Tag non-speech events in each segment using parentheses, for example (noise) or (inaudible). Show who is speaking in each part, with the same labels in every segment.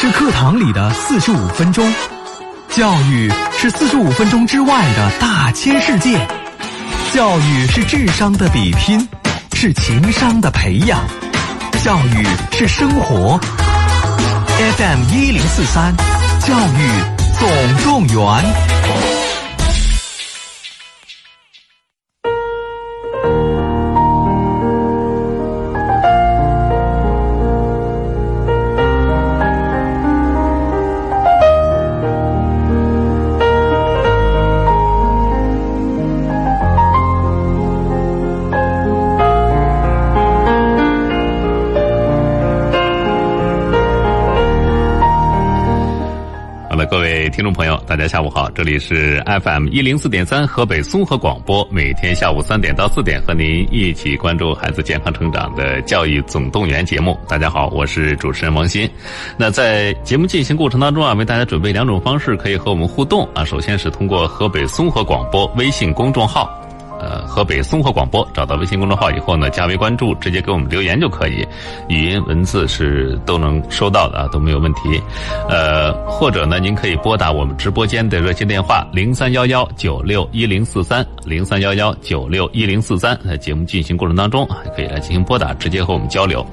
Speaker 1: 是课堂里的四十五分钟，教育是四十五分钟之外的大千世界。教育是智商的比拼，是情商的培养，教育是生活。FM 一零四三，教育总动员。
Speaker 2: 好的，各位听众朋友，大家下午好，这里是 FM 一零四点三河北综合广播，每天下午三点到四点和您一起关注孩子健康成长的教育总动员节目。大家好，我是主持人王鑫。那在节目进行过程当中啊，为大家准备两种方式可以和我们互动啊，首先是通过河北综合广播微信公众号。呃，河北综合广播找到微信公众号以后呢，加为关注，直接给我们留言就可以，语音、文字是都能收到的啊，都没有问题。呃，或者呢，您可以拨打我们直播间的热线电话零三幺幺九六一零四三零三幺幺九六一零四三，在节目进行过程当中啊还可以来进行拨打，直接和我们交流。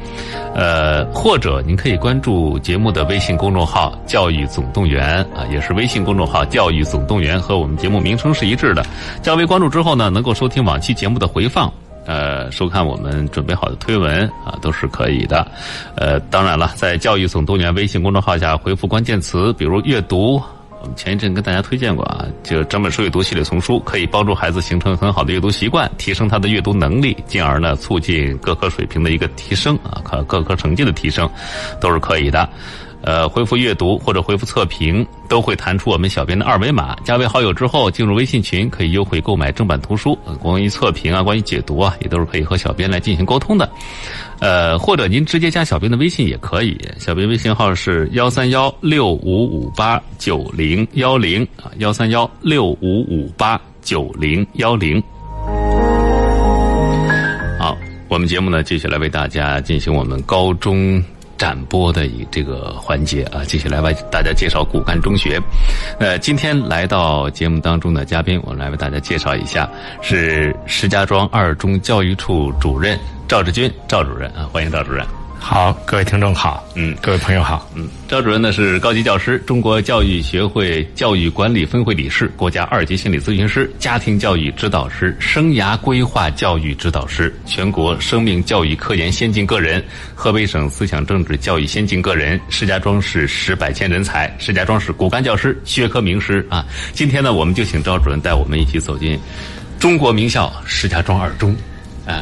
Speaker 2: 呃，或者您可以关注节目的微信公众号“教育总动员”啊，也是微信公众号“教育总动员”和我们节目名称是一致的。加为关注之后呢，能够收听往期节目的回放。呃，收看我们准备好的推文啊，都是可以的。呃，当然了，在“教育总动员”微信公众号下回复关键词，比如阅读，我们前一阵跟大家推荐过啊，就整本书阅读系列丛书，可以帮助孩子形成很好的阅读习惯，提升他的阅读能力，进而呢促进各科水平的一个提升啊，各各科成绩的提升，都是可以的。呃，回复阅读或者回复测评，都会弹出我们小编的二维码。加为好友之后，进入微信群，可以优惠购买正版图书。呃关于测评啊，关于解读啊，也都是可以和小编来进行沟通的。呃，或者您直接加小编的微信也可以，小编微信号是幺三幺六五五八九零幺零啊，幺三幺六五五八九零幺零。好，我们节目呢继续来为大家进行我们高中展播的一这个环节啊，继续来为大家介绍骨干中学。呃，今天来到节目当中的嘉宾，我们来为大家介绍一下，是石家庄二中教育处主任赵志军赵主任啊，欢迎赵主任。
Speaker 3: 好，各位听众好，
Speaker 2: 嗯
Speaker 3: 各位朋友好，
Speaker 2: 嗯，赵主任呢是高级教师，中国教育学会教育管理分会理事，国家二级心理咨询师，家庭教育指导师，生涯规划教育指导师，全国生命教育科研先进个人，河北省思想政治教育先进个人，石家庄市十百千人才，石家庄市骨干教师、学科名师啊。今天呢，我们就请赵主任带我们一起走进中国名校石家庄二中。哎，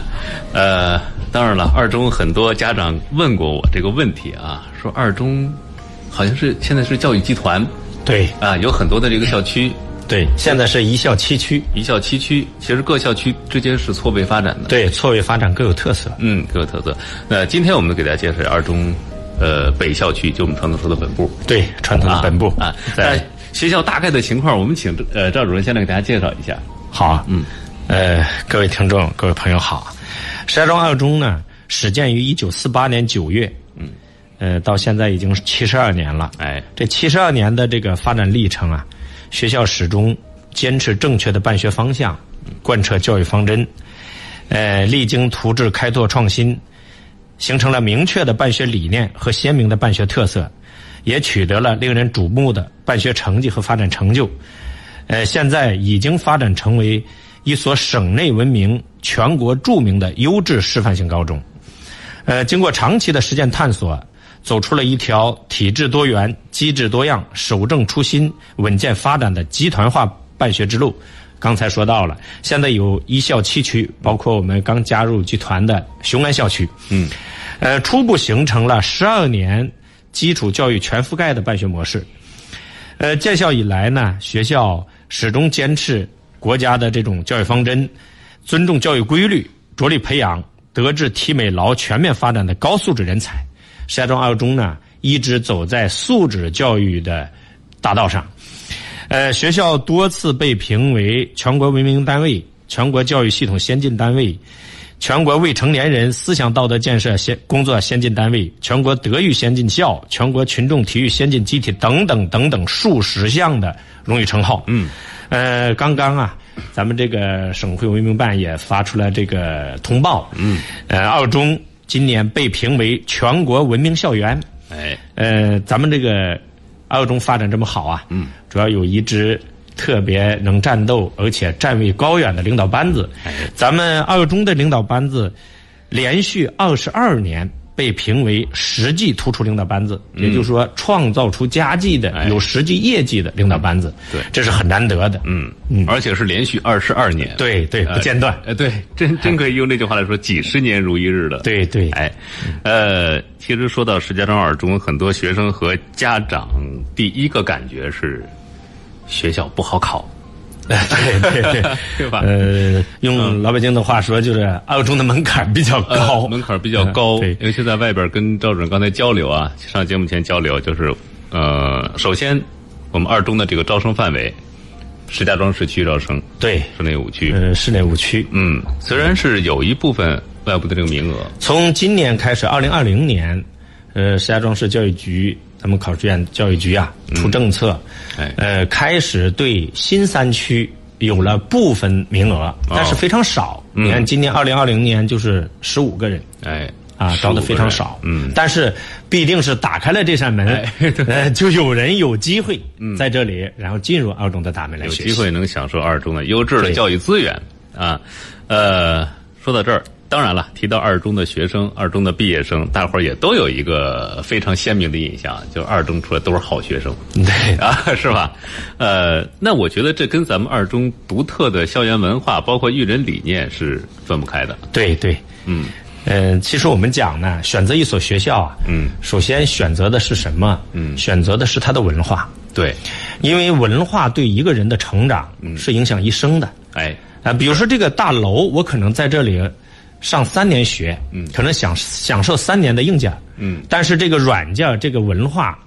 Speaker 2: 呃，当然了，二中很多家长问过我这个问题啊，说二中好像是现在是教育集团
Speaker 3: 对
Speaker 2: 啊，有很多的这个校区，
Speaker 3: 对，现在是一校七区，
Speaker 2: 一校七区，其实各校区之间是错位发展的。，
Speaker 3: 对，错位发展各有特色。
Speaker 2: 嗯，各有特色。那今天我们给大家介绍二中，呃，北校区，就我们传统说的本部
Speaker 3: 对，传统的本部
Speaker 2: 啊，在
Speaker 3: 在
Speaker 2: 学校大概的情况，我们请呃赵主任先来给大家介绍一下。
Speaker 3: 好啊，嗯，呃，各位听众，各位朋友好，石家庄二中呢，始建于一九四八年九月，嗯，呃，到现在已经七十二年了，
Speaker 2: 哎，
Speaker 3: 这七十二年的这个发展历程啊，学校始终坚持正确的办学方向，贯彻教育方针，呃，励精图治，开拓创新，形成了明确的办学理念和鲜明的办学特色，也取得了令人瞩目的办学成绩和发展成就。呃，现在已经发展成为一所省内闻名、全国著名的优质示范性高中。呃，经过长期的实践探索，走出了一条体制多元、机制多样、守正初心、稳健发展的集团化办学之路。刚才说到了，现在有一校七区，包括我们刚加入集团的雄安校区。嗯，呃，初步形成了十二年基础教育全覆盖的办学模式。呃，建校以来呢，学校始终坚持国家的这种教育方针，尊重教育规律，着力培养德智体美劳全面发展的高素质人才。石家庄二中呢，一直走在素质教育的大道上。呃，学校多次被评为全国文明单位、全国教育系统先进单位、全国未成年人思想道德建设先工作先进单位、全国德育先进校、全国群众体育先进集体等等等等数十项的荣誉称号。嗯，呃，刚刚啊，咱们这个省会文明办也发出了这个通报。嗯，呃，二中今年被评为全国文明校园。
Speaker 2: 哎，
Speaker 3: 呃，咱们这个二中发展这么好啊，嗯，主要有一支特别能战斗而且站位高远的领导班子。
Speaker 2: 哎
Speaker 3: 咱们二中的领导班子连续二十二年被评为实际突出领导班子，
Speaker 2: 嗯
Speaker 3: 也就是说创造出佳绩的、有实际业绩的领导班子，
Speaker 2: 哎嗯对
Speaker 3: 这是很难得的。嗯，
Speaker 2: 嗯，而且是连续二十二年，
Speaker 3: 对对，不间断。
Speaker 2: 呃，对，真真可以用这句话来说，几十年如一日了。
Speaker 3: 对对
Speaker 2: 哎，呃，其实说到石家庄二中，很多学生和家长第一个感觉是学校不好考，
Speaker 3: (laughs) 对对对，
Speaker 2: 对吧？
Speaker 3: 呃，用老北京的话说，就是二中的门槛比较
Speaker 2: 嗯呃
Speaker 3: 高，
Speaker 2: 门槛比较高
Speaker 3: 嗯，对
Speaker 2: 尤其在外边跟赵主任刚才交流啊，上节目前交流就是，呃，首先我们二中的这个招生范围，石家庄市区招生，
Speaker 3: 对，
Speaker 2: 市内五区，
Speaker 3: 呃，市内五区。
Speaker 2: 嗯，虽然是有一部分外部的这个名额，
Speaker 3: 从今年开始，二零二零年，呃，石家庄市教育局，咱们考试院教育局啊，
Speaker 2: 嗯
Speaker 3: 出政策，
Speaker 2: 哎
Speaker 3: 呃，开始对新三区有了部分名
Speaker 2: 哦
Speaker 3: 额，但是非常少。
Speaker 2: 嗯
Speaker 3: 你看，今年二零二零年就是十五个人。
Speaker 2: 哎，
Speaker 3: 啊，招的
Speaker 2: 15
Speaker 3: 非
Speaker 2: 个
Speaker 3: 常
Speaker 2: 人
Speaker 3: 少，
Speaker 2: 嗯，哎
Speaker 3: 但是必定是打开了这扇门，呃，就有人有机会在这里，然后进入二中的大门来
Speaker 2: 嗯有
Speaker 3: 学习。
Speaker 2: 机会能享受二中的优质的
Speaker 3: 对
Speaker 2: 教育资源啊。呃，说到这儿，当然了，提到二中的学生、二中的毕业生，大伙儿也都有一个非常鲜明的印象，就是二中出来都是好学生。
Speaker 3: 对，
Speaker 2: (laughs) 啊，是吧？呃，那我觉得这跟咱们二中独特的校园文化，包括育人理念是分不开的。
Speaker 3: 对对，
Speaker 2: 嗯，
Speaker 3: 呃，其实我们讲呢，选择一所学校啊，
Speaker 2: 嗯，
Speaker 3: 首先选择的是什么？嗯，选择的是他的文化，
Speaker 2: 对，
Speaker 3: 因为文化对一个人的成长
Speaker 2: 嗯
Speaker 3: 是影响一生的。
Speaker 2: 哎，
Speaker 3: 啊，比如说这个大楼，我可能在这里上三年学，嗯，可能享享受三年的硬件，
Speaker 2: 嗯，
Speaker 3: 但是这个软件儿，这个文化，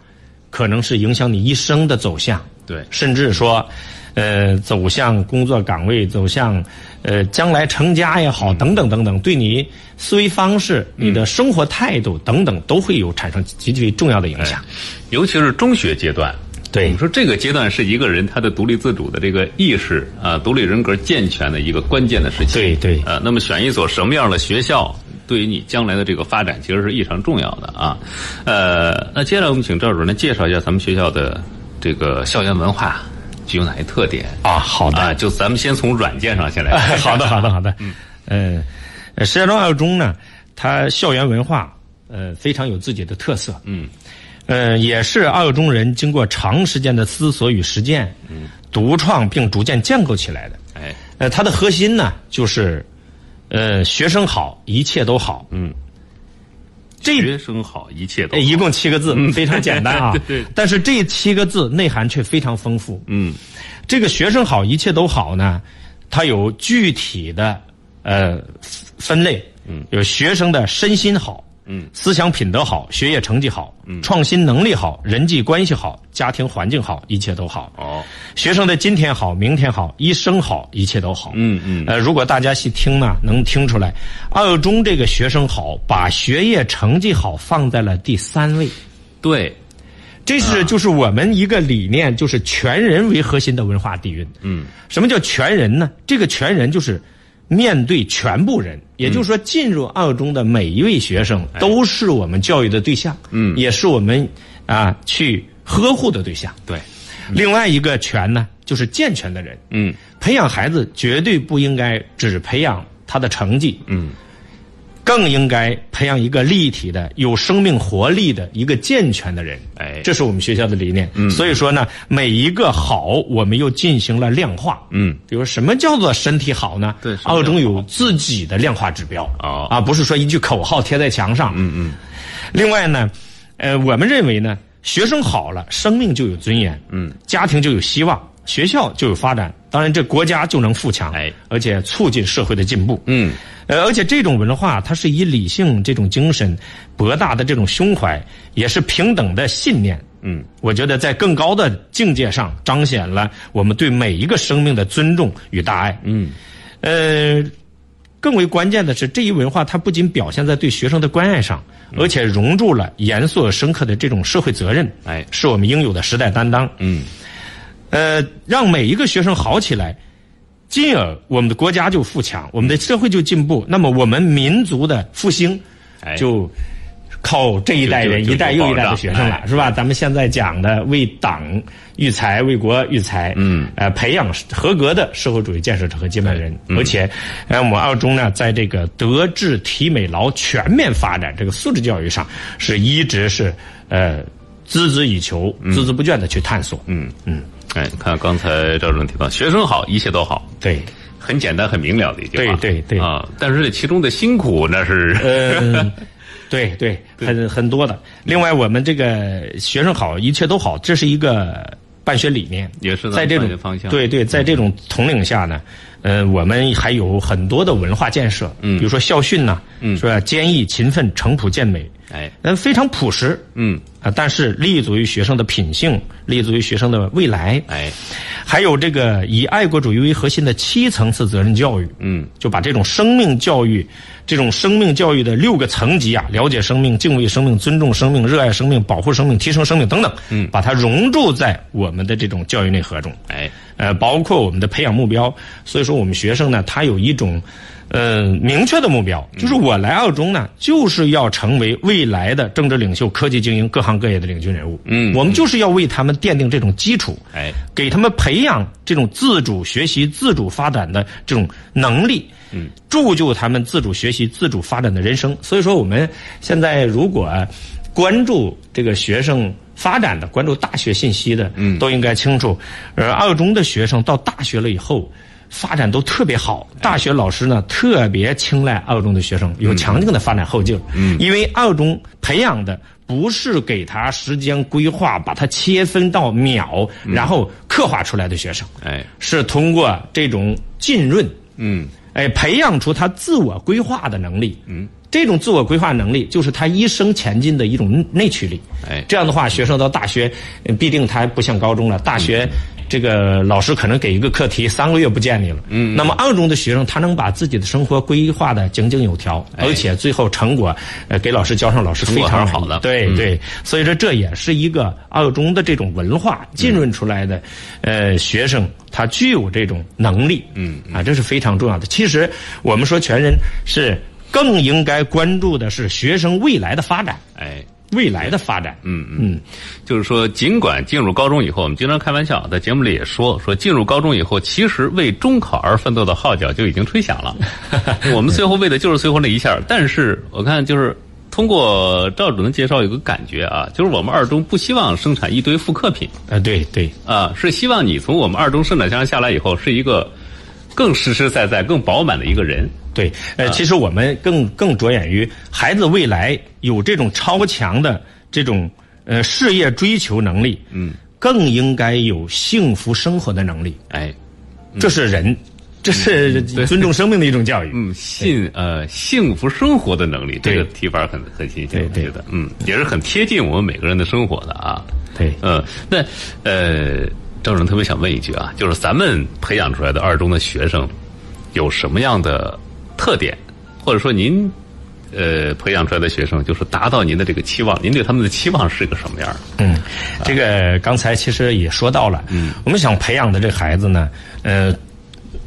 Speaker 3: 可能是影响你一生的走向，
Speaker 2: 对
Speaker 3: 甚至说，呃，走向工作岗位，走向呃将来成家也好，等等等等，对你思维方式、你的生活态度等等，都会有产生极其重要的影响。
Speaker 2: 尤其是中学阶段。
Speaker 3: 哎对
Speaker 2: 我们说这个阶段是一个人他的独立自主的这个意识啊，独立人格健全的一个关键的事情。
Speaker 3: 对对
Speaker 2: 呃，那么选一所什么样的学校，对于你将来的这个发展其实是异常重要的啊。呃，那接下来我们请赵主任来介绍一下咱们学校的这个校园文化具有哪些特点
Speaker 3: 啊，好的
Speaker 2: 啊？就咱们先从软件上先来。
Speaker 3: (laughs) 好的，好的，好的。哎嗯，呃，石家庄二中呢，它校园文化呃非常有自己的特色。嗯，呃，也是二中人经过长时间的思索与实践，嗯，独创并逐渐建构起来的。
Speaker 2: 哎，
Speaker 3: 呃，它的核心呢就是，呃，学生好，一切都好。嗯，这
Speaker 2: 学生好，一切都
Speaker 3: 哎，
Speaker 2: 好
Speaker 3: 一共七个字，非常简单 (laughs) 啊。
Speaker 2: 对对
Speaker 3: 但是这七个字内涵却非常丰富。
Speaker 2: 嗯，
Speaker 3: 这个学生好，一切都好呢，它有具体的呃分类。嗯，有学生的身心好，嗯，思想品德好，学业成绩好，嗯，创新能力好，人际关系好，家庭环境好，一切都好。
Speaker 2: 哦，
Speaker 3: 学生的今天好，明天好，一生好，一切都好。
Speaker 2: 嗯嗯
Speaker 3: 呃，如果大家细听呢，能听出来，二中这个学生好，把学业成绩好放在了第三位。
Speaker 2: 对，
Speaker 3: 这是就是我们一个理念，就是全人为核心的文化底蕴。嗯，什么叫全人呢？这个全人就是面对全部人，也就是说，进入二中的每一位学生都是我们教育的对象，嗯，也是我们啊去呵护的对象。
Speaker 2: 对，
Speaker 3: 嗯另外一个全呢，就是健全的人。
Speaker 2: 嗯，
Speaker 3: 培养孩子绝对不应该只培养他的成绩，嗯，更应该培养一个立体的、有生命活力的一个健全的人。
Speaker 2: 哎
Speaker 3: 这是我们学校的理念。嗯，所以说呢，每一个好，我们又进行了量化。
Speaker 2: 嗯，
Speaker 3: 比如什么叫做身体好呢？
Speaker 2: 对什么叫
Speaker 3: 二中有自己的量化指标。
Speaker 2: 哦
Speaker 3: 啊，不是说一句口号贴在墙上。嗯嗯。另外呢，呃，我们认为呢，学生好了，生命就有尊严，嗯，家庭就有希望，学校就有发展，当然这国家就能富强，
Speaker 2: 哎
Speaker 3: 而且促进社会的进步，
Speaker 2: 嗯，
Speaker 3: 呃，而且这种文化它是以理性这种精神、博大的这种胸怀，也是平等的信念。嗯，我觉得在更高的境界上彰显了我们对每一个生命的尊重与大爱。嗯，呃，更为关键的是，这一文化它不仅表现在对学生的关爱上，
Speaker 2: 嗯
Speaker 3: 而且融入了严肃而深刻的这种社会责任，
Speaker 2: 哎
Speaker 3: 是我们应有的时代担当。
Speaker 2: 嗯，
Speaker 3: 呃，让每一个学生好起来，进而我们的国家就富强，我们的社会就进步，那么我们民族的复兴
Speaker 2: 哎
Speaker 3: 就靠这一代人
Speaker 2: 就就
Speaker 3: 一代又一代
Speaker 2: 就保哎
Speaker 3: 的
Speaker 2: 障
Speaker 3: 学生了，是吧？咱们现在讲的为党育才、为国育才，
Speaker 2: 嗯哎
Speaker 3: 呃，培养合格的社会主义建设者和接班人，
Speaker 2: 嗯
Speaker 3: 而且，呃，我们二中呢，在这个德智体美劳全面发展这个素质教育上，是一直是呃。孜孜以求，孜孜不倦的去探索。嗯，
Speaker 2: 哎，看刚才赵主任提到，学生好，一切都好，
Speaker 3: 对，
Speaker 2: 很简单、很明了的一句话。
Speaker 3: 对对对
Speaker 2: 啊，但是其中的辛苦那是，
Speaker 3: 嗯，对对，很很多的。另外，我们这个学生好，一切都好，这是一个办学理念，
Speaker 2: 也是咱们
Speaker 3: 在这
Speaker 2: 办学
Speaker 3: 种
Speaker 2: 方向嗯
Speaker 3: 对对，在这种统领下呢，呃，我们还有很多的文化建设，嗯比如说校训呐、嗯，说坚毅、勤奋、诚朴、健美，
Speaker 2: (laughs) 哎，
Speaker 3: 嗯，非常朴实，
Speaker 2: 嗯，
Speaker 3: 啊，但是立足于学生的品性，立足于学生的未来，
Speaker 2: 哎，
Speaker 3: 还有这个以爱国主义为核心的七层次责任教育，
Speaker 2: 嗯，
Speaker 3: 就把这种生命教育，这种生命教育的六个层级啊，了解生命、敬畏生命、尊重生命、热爱生命、保护生命、提升生命等等，嗯，把它融入在我们的这种教育内核中，
Speaker 2: 哎，
Speaker 3: 呃，包括我们的培养目标。所以说，我们学生呢，他有一种，呃，明确的目标，
Speaker 2: 嗯
Speaker 3: 就是我来澳中呢，就是要成为未来的政治领袖、科技精英、各行各业的领军人物。
Speaker 2: 嗯
Speaker 3: 我们就是要为他们奠定这种基础。
Speaker 2: 哎，
Speaker 3: 给他们培养这种自主学习、自主发展的这种能力，嗯，铸就他们自主学习、自主发展的人生。所以说，我们现在如果啊关注这个学生发展的、关注大学信息的，嗯，都应该清楚，呃，二中的学生到大学了以后。发展都特别好，大学老师呢特别青睐二中的学生，有强劲的发展后劲儿。嗯，因为二中培养的不是给他时间规划，把它切分到秒，然后刻画出来的学生，
Speaker 2: 哎，
Speaker 3: 是通过这种浸润，
Speaker 2: 嗯，
Speaker 3: 哎，培养出他自我规划的能力。嗯，这种自我规划能力就是他一生前进的一种内驱力。
Speaker 2: 哎
Speaker 3: 这样的话，学生到大学，呃必定他不像高中了，大学。这个老师可能给一个课题，三个月不见你了。嗯，那么二中的学生，他能把自己的生活规划的井井有条，而且最后成果，呃，给老师交上，老师非
Speaker 2: 成果还
Speaker 3: 常嗯
Speaker 2: 是好
Speaker 3: 满意
Speaker 2: 的
Speaker 3: 对对，所以说这也是一个二中的这种文化浸润出来的，呃，学生他具有这种能力，嗯啊，这是非常重要的。其实我们说全人是更应该关注的是学生未来的发展，
Speaker 2: 哎。
Speaker 3: 未来的发展，嗯嗯，
Speaker 2: 就是说，尽管进入高中以后，我们经常开玩笑，在节目里也说，说进入高中以后，其实为中考而奋斗的号角就已经吹响
Speaker 3: (laughs)
Speaker 2: 了。我们最后为的就是最后那一下儿。但是我看就是通过赵主任介绍，有个感觉啊，就是我们二中不希望生产一堆复刻品
Speaker 3: 啊对对，
Speaker 2: 啊，是希望你从我们二中生产线上下来以后，是一个更实实在在、更饱满的一个人。
Speaker 3: 对，呃，其实我们更更着眼于孩子未来有这种超强的这种呃事业追求能力，嗯，更应该有幸福生活的能力，
Speaker 2: 哎，
Speaker 3: 这是人，这是尊重生命的一种教育。
Speaker 2: 嗯，幸呃幸福生活的能力，这
Speaker 3: 对
Speaker 2: 个提法很很新鲜，
Speaker 3: 对
Speaker 2: 我
Speaker 3: 对
Speaker 2: 觉得，嗯，也是很贴近我们每个人的生活的啊。
Speaker 3: 对
Speaker 2: 嗯，那呃，赵主任特别想问一句啊，就是咱们培养出来的二中的学生有什么样的特点，或者说您呃培养出来的学生，就是达到您的这个期望，您对他们的期望是个什么样儿？
Speaker 3: 嗯，这个刚才其实也说到了，嗯，我们想培养的这孩子呢，呃，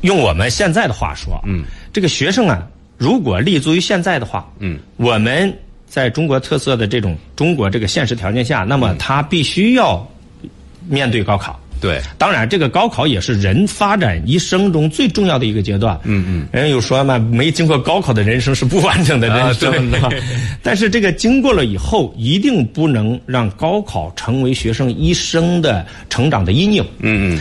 Speaker 3: 用我们现在的话说，嗯，这个学生啊，如果立足于现在的话，
Speaker 2: 嗯，
Speaker 3: 我们在中国特色的这种中国这个现实条件下，那么他必须要面对高考。
Speaker 2: 对，
Speaker 3: 当然，这个高考也是人发展一生中最重要的一个阶段。嗯嗯，人有说嘛，没经过高考的人生是不完整的人生，
Speaker 2: 啊对
Speaker 3: 是吧？ (laughs) 但是这个经过了以后，一定不能让高考成为学生一生的成长的阴影。
Speaker 2: 嗯嗯，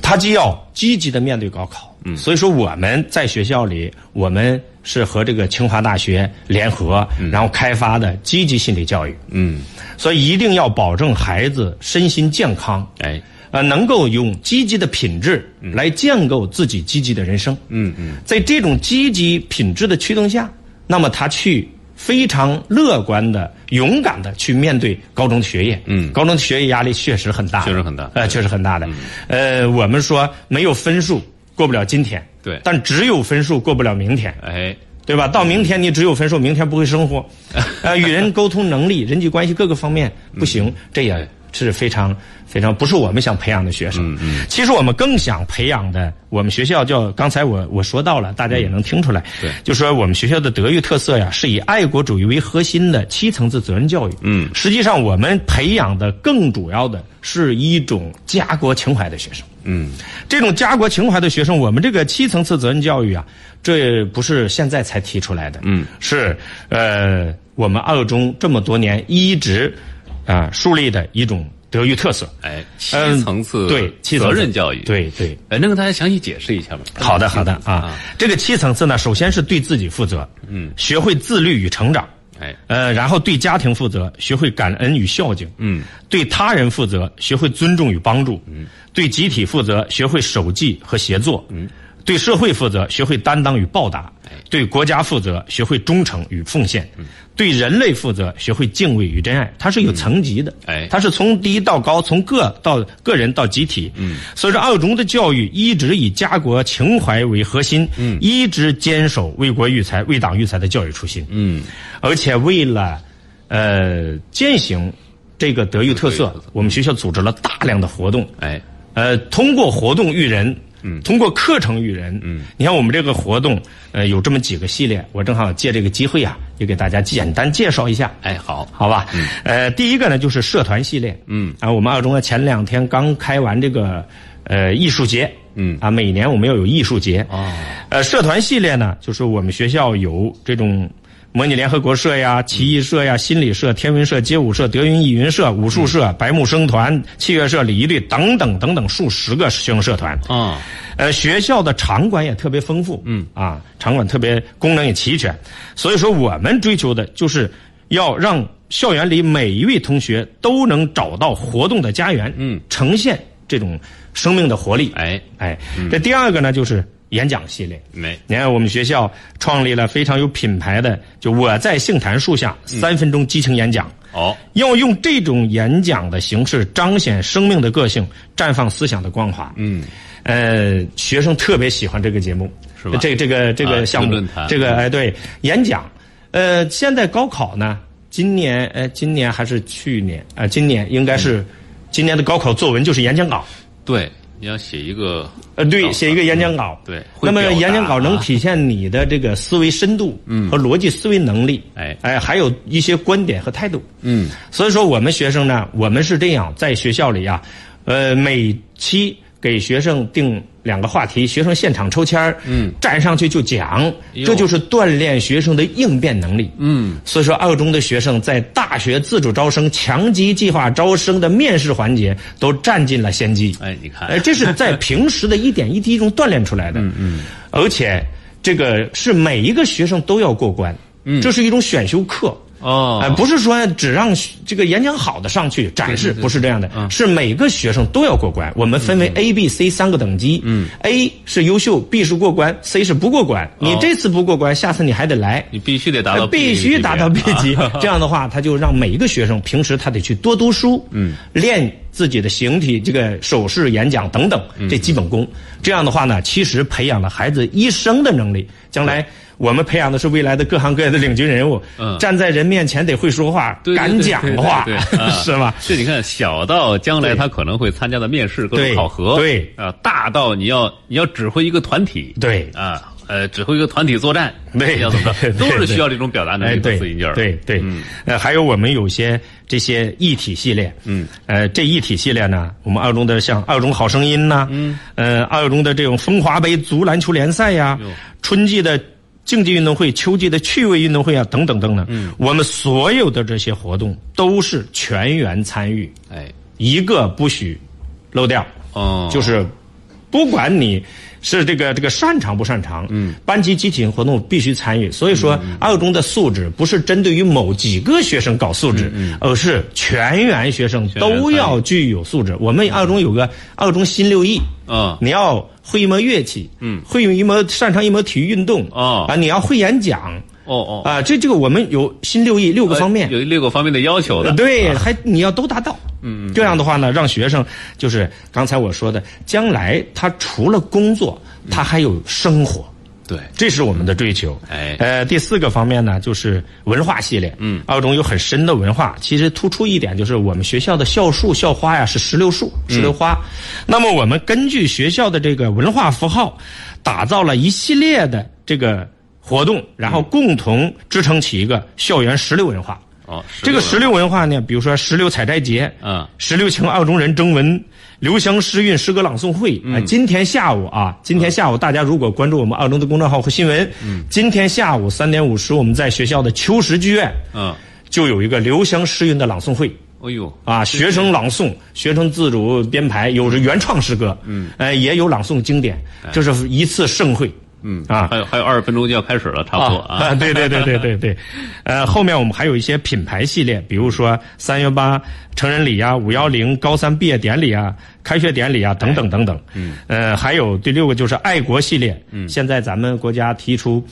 Speaker 3: 他既要积极的面对高考，嗯，所以说我们在学校里，我们是和这个清华大学联合，然后开发的积极心理教育，
Speaker 2: 嗯，
Speaker 3: 所以一定要保证孩子身心健康，
Speaker 2: 哎，
Speaker 3: 呃，能够用积极的品质来建构自己积极的人生。
Speaker 2: 嗯嗯，
Speaker 3: 在这种积极品质的驱动下，那么他去非常乐观的、勇敢的去面对高中的学业。
Speaker 2: 嗯
Speaker 3: 高中的学业压力确实很大，
Speaker 2: 确实很大嗯
Speaker 3: 呃，确实很大的。呃，我们说没有分数。过不了今天，
Speaker 2: 对
Speaker 3: 但只有分数过不了明天，
Speaker 2: 哎，
Speaker 3: 对吧？到明天你只有分数，明天不会
Speaker 2: (laughs)
Speaker 3: 生活，呃，与人沟通能力、人际关系各个方面
Speaker 2: 嗯
Speaker 3: 不行，这也是非常非常不是我们想培养的学
Speaker 2: 嗯
Speaker 3: 生。其实我们更想培养的，我们学校叫刚才我我说到了，大家也能听出来，
Speaker 2: 嗯对
Speaker 3: 就说我们学校的德育特色呀，是以爱国主义为核心的七层次责任教育。
Speaker 2: 嗯
Speaker 3: 实际上我们培养的更主要的是一种家国情怀的学生。
Speaker 2: 嗯，
Speaker 3: 这种家国情怀的学生，我们这个七层次责任教育啊，这不是现在才提出来的，嗯，是呃，我们二中这么多年一直啊、树立的一种德育特色。
Speaker 2: 哎，七
Speaker 3: 嗯
Speaker 2: 层次
Speaker 3: 对七层
Speaker 2: 责
Speaker 3: 次
Speaker 2: 任教育，，
Speaker 3: 对对，
Speaker 2: 哎，能跟大家详细解释一下吗？
Speaker 3: 好的好的啊
Speaker 2: 啊，
Speaker 3: 这个七层次呢，首先是对自己负责，嗯，学会自律与成长，
Speaker 2: 哎，
Speaker 3: 呃，然后对家庭负责，学会感恩与孝敬；
Speaker 2: 嗯，
Speaker 3: 对他人负责，学会尊重与帮助；嗯，对集体负责，学会守纪和协作；嗯，对社会负责，学会担当与报答；对国家负责，学会忠诚与奉献；对人类负责，学会敬畏与珍爱。它是有层级的，
Speaker 2: 哎
Speaker 3: 它是从低到高，从个到个人到集体。嗯，所以说二中的教育一直以家国情怀为核心，嗯，一直坚守为国育才、为党育才的教育初心。嗯。
Speaker 2: 嗯，
Speaker 3: 而且为了呃践行这个德育特
Speaker 2: 德育
Speaker 3: 色嗯
Speaker 2: 特色，
Speaker 3: 我们学校组织了大量的活动，
Speaker 2: 哎，
Speaker 3: 呃，通过活动育人。嗯，通过课程育人，嗯，你看我们这个活动，呃，有这么几个系列，我正好借这个机会啊，也给大家简单介绍一下。
Speaker 2: 哎，好，
Speaker 3: 好吧，呃，第一个呢就是社团系列，
Speaker 2: 嗯，
Speaker 3: 啊，我们二中呢前两天刚开完这个呃艺术节，
Speaker 2: 嗯
Speaker 3: 啊，每年我们要有艺术节，
Speaker 2: 哦，
Speaker 3: 呃，社团系列呢，就是我们学校有这种模拟联合国社
Speaker 2: 嗯
Speaker 3: 呀、棋艺社呀、心理社、天文社、街舞社、德云艺云社、武术社、白木生团、器乐社、礼仪队等等等等数十个学生社团，
Speaker 2: 啊，
Speaker 3: 呃，学校的场馆也特别丰富，嗯啊，场馆特别功能也齐全，所以说我们追求的就是要让校园里每一位同学都能找到活动的家园，
Speaker 2: 嗯，
Speaker 3: 呈现这种生命的活力。
Speaker 2: 哎，
Speaker 3: 哎，这第二个呢就是演讲系列，
Speaker 2: 没，
Speaker 3: 你看，我们学校创立了非常有品牌的，就我在杏坛树下
Speaker 2: 嗯
Speaker 3: 三分钟激情演讲，
Speaker 2: 哦，
Speaker 3: 要用这种演讲的形式彰显生命的个性，绽放思想的光华。
Speaker 2: 嗯，
Speaker 3: 呃，学生特别喜欢这个节目，
Speaker 2: 是吧
Speaker 3: 这个这个这
Speaker 2: 啊
Speaker 3: 个项
Speaker 2: 这
Speaker 3: 目，
Speaker 2: 个论坛
Speaker 3: 这个哎对，演讲。呃，现在高考呢，今年呃，今年还是去年啊、呃今年应该是、
Speaker 2: 嗯
Speaker 3: 今年的高考作文就是演讲稿。
Speaker 2: 对，你要写一个，
Speaker 3: 呃，对，写一个演讲稿，
Speaker 2: 嗯对会
Speaker 3: 那么
Speaker 2: 表达
Speaker 3: 演讲稿能
Speaker 2: 啊
Speaker 3: 体现你的这个思维深度，嗯，和逻辑思维能力，
Speaker 2: 哎
Speaker 3: 哎，还有一些观点和态度，
Speaker 2: 嗯，
Speaker 3: 所以说我们学生呢，我们是这样，在学校里啊，呃，每期给学生定两个话题，学生现场抽签儿，嗯，站上去就讲，
Speaker 2: 呦
Speaker 3: 这就是锻炼学生的应变能力，
Speaker 2: 嗯，
Speaker 3: 所以说二中的学生在大学自主招生强基计划招生的面试环节都占尽了先机，
Speaker 2: 哎，你看，
Speaker 3: 呃，这是在平时的一点一滴中锻炼出来的。嗯嗯，而且这个是每一个学生都要过关，嗯，这是一种选修课。
Speaker 2: 哦
Speaker 3: 呃，不是说只让学这个演讲好的上去展示，不是这样的，是每个学生都要过关。我们分为 A、B、C 三个等级，嗯，A 是优秀，B 是过关，C 是不过关。你
Speaker 2: 哦
Speaker 3: 这次不过关，下次你还得来。
Speaker 2: 你必须得达到 B
Speaker 3: 哎呃必须达到 B 级
Speaker 2: (laughs) 啊，
Speaker 3: (laughs) 这样的话，他就让每一个学生平时他得去多读书，嗯，练自己的形体、这个手势、演讲等等
Speaker 2: 嗯
Speaker 3: 这基本功。这样的话呢，其实培养了孩子一生的能力。将来我们培养的是未来的各行各业的领军人物
Speaker 2: 嗯，
Speaker 3: 站在人面前得会说话
Speaker 2: 对，
Speaker 3: 敢讲话 (laughs)
Speaker 2: 对对对对，啊
Speaker 3: 是吧？
Speaker 2: 这你看，小到将来他可能会参加的面试、各种
Speaker 3: 对
Speaker 2: 考核，
Speaker 3: 对
Speaker 2: 啊，大到你要你要指挥一个团体，
Speaker 3: 对
Speaker 2: 啊，呃，指挥一个团体作战，
Speaker 3: 对
Speaker 2: 要怎么着
Speaker 3: 对
Speaker 2: 都
Speaker 3: 对
Speaker 2: 是
Speaker 3: 对
Speaker 2: 需要这种表达能
Speaker 3: 哎，
Speaker 2: 力和
Speaker 3: 对
Speaker 2: 自己劲儿，嗯
Speaker 3: 对对，呃，还有我们有些这些一体系列，嗯，呃，这一体系列呢，我们二中的像二中好声音呐、嗯，呃，二中的这种风华杯足篮球联赛呀、
Speaker 2: 哟
Speaker 3: 春季的。竞技运动会、秋季的趣味运动会啊，等等等等，嗯、我们所有的这些活动都是全员参与，
Speaker 2: 哎，
Speaker 3: 一个不许漏掉。
Speaker 2: 哦，
Speaker 3: 就是不管你是这个这个擅长不擅长，嗯，班级集体活动必须参与。所以说，二中的素质不是针对于某几个学生搞素质，而是全员学生都要具有素质。我们二中有个二中新六艺，
Speaker 2: 嗯，
Speaker 3: 你要会一门乐器，嗯，会一门擅长一门体育运动，
Speaker 2: 哦
Speaker 3: 啊，你要会演讲。啊
Speaker 2: 哦哦，哎
Speaker 3: 啊，这这个我们有新六艺六个方面
Speaker 2: 呃，有六个方面的要求的，
Speaker 3: 对，还你要都达到，嗯，这样的话呢，让学生就是刚才我说的，将来他除了工作，他还有生活。
Speaker 2: 对，
Speaker 3: 这是我们的追求。
Speaker 2: 哎
Speaker 3: 呃，第四个方面呢，就是文化系列。嗯，二中有很深的文化。其实突出一点就是我们学校的校树、校花呀是石榴树、石榴花。那么我们根据学校的这个文化符号，打造了一系列的这个活动，然后共同支撑起一个校园石榴文化。
Speaker 2: 哦，
Speaker 3: 这个石
Speaker 2: 榴
Speaker 3: 榴啊文化呢，比如说石榴采摘节，
Speaker 2: 嗯
Speaker 3: 石榴情二中人征文、留香诗韵诗歌朗诵会，啊、今天下午啊，今天下午大家如果关注我们二中的公众号和新闻，今天下午三点五十，我们在学校的秋实剧院
Speaker 2: 嗯，
Speaker 3: 就有一个留香诗韵的朗诵会。
Speaker 2: 哎呦，
Speaker 3: 啊，学生朗诵，学生自主编排，有着原创诗歌，嗯，呃，也有朗诵经典，这是一次盛会，嗯啊，
Speaker 2: 还有还有二十分钟就要开始了，差不多啊。
Speaker 3: (laughs) 对对对对对对，呃，后面我们还有一些品牌系列，比如说三幺八成人礼啊、五幺零高三毕业典礼啊、开学典礼
Speaker 2: 哎
Speaker 3: 啊等等等等。嗯，呃，还有第六个就是爱国系列。嗯，现在咱们国家提出。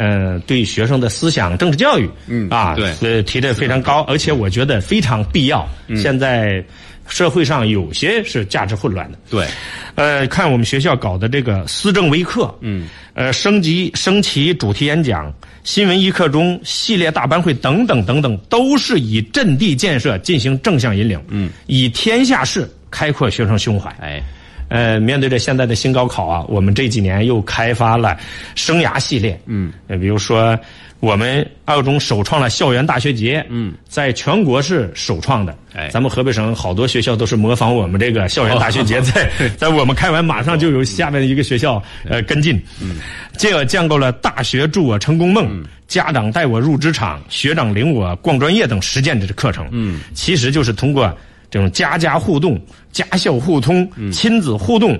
Speaker 3: 呃，对学生的思想政治教育，嗯啊，
Speaker 2: 对
Speaker 3: 呃，提的非常高，而且我觉得非常必要。
Speaker 2: 嗯
Speaker 3: 现在社会上有些是价值混乱的，
Speaker 2: 对，
Speaker 3: 呃，看我们学校搞的这个思政微课，嗯，呃，升级升旗主题演讲、新闻一刻钟系列大班会等等等等，都是以阵地建设进行正向引领，嗯，以天下事开阔学生胸怀。
Speaker 2: 哎，
Speaker 3: 呃，面对着现在的新高考啊，我们这几年又开发了生涯系列，嗯，比如说我们二中首创了校园大学节，嗯，在全国是首创的，
Speaker 2: 哎
Speaker 3: 咱们河北省好多学校都是模仿我们这个校 (laughs) 园大学节，在在我们开完马上就有下面一个学校呃跟进，嗯，进而建构了大学助我成功梦。家长带我入职场，学长领我逛专业等实践的课程，嗯，其实就是通过这种家家互动、家校互通、亲子互动，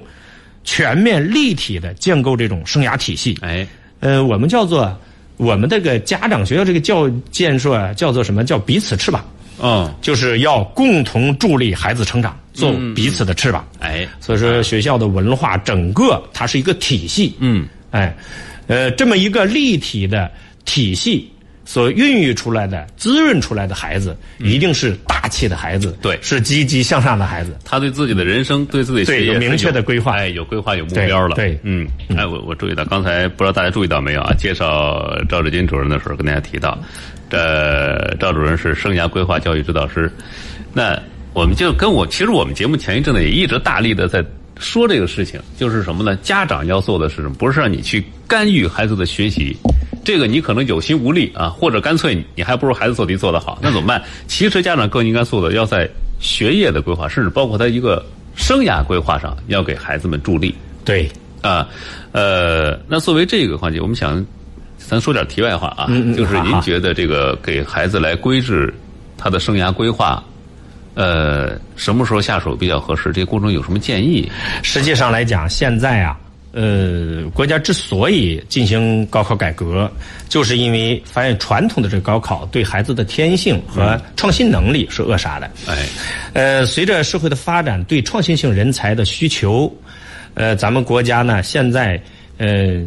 Speaker 3: 全面立体的建构这种生涯体系。
Speaker 2: 哎，
Speaker 3: 呃，我们叫做我们这个家长学校这个教建设啊叫做什么叫彼此翅膀，
Speaker 2: 哦，
Speaker 3: 就是要共同助力孩子成长，做彼此的翅膀。
Speaker 2: 哎，
Speaker 3: 所以说，学校的文化整个它是一个体系，
Speaker 2: 嗯，
Speaker 3: 哎，呃，这么一个立体的体系所孕育出来的、滋润出来的孩子，一定是大气的孩子，
Speaker 2: 对
Speaker 3: 是积极向上的孩子。
Speaker 2: 他对自己的人生、对自己的
Speaker 3: 对
Speaker 2: 学业
Speaker 3: 有明
Speaker 2: 是
Speaker 3: 确的规划
Speaker 2: 哎，有规划、有目标了。
Speaker 3: 对对
Speaker 2: 嗯，哎，我我注意到刚才不知道大家注意到没有啊？介绍赵志军主任的时候，跟大家提到，这赵主任是生涯规划教育指导师。那我们就跟我，其实我们节目前一阵呢，也一直大力的在说这个事情，就是什么呢？家长要做的是什么？不是让你去干预孩子的学习。这个你可能有心无力啊，或者干脆你还不如孩子做题做得好，那怎么办？其实家长更应该做的，要在学业的规划，甚至包括他一个生涯规划上，要给孩子们助力
Speaker 3: 对，
Speaker 2: 啊。呃，那作为这个环节，我们想，咱说点题外话啊，
Speaker 3: 嗯嗯
Speaker 2: 就是
Speaker 3: 好
Speaker 2: 您
Speaker 3: 好
Speaker 2: 觉得这个给孩子来规制他的生涯规划，呃，什么时候下手比较合适？这个过程有什么建议？
Speaker 3: 实际上来讲，现在啊，呃，国家之所以进行高考改革，就是因为发现传统的这个高考对孩子的天性和创新能力是扼杀的。
Speaker 2: 哎，
Speaker 3: 呃，随着社会的发展，对创新性人才的需求，呃，咱们国家呢现在呃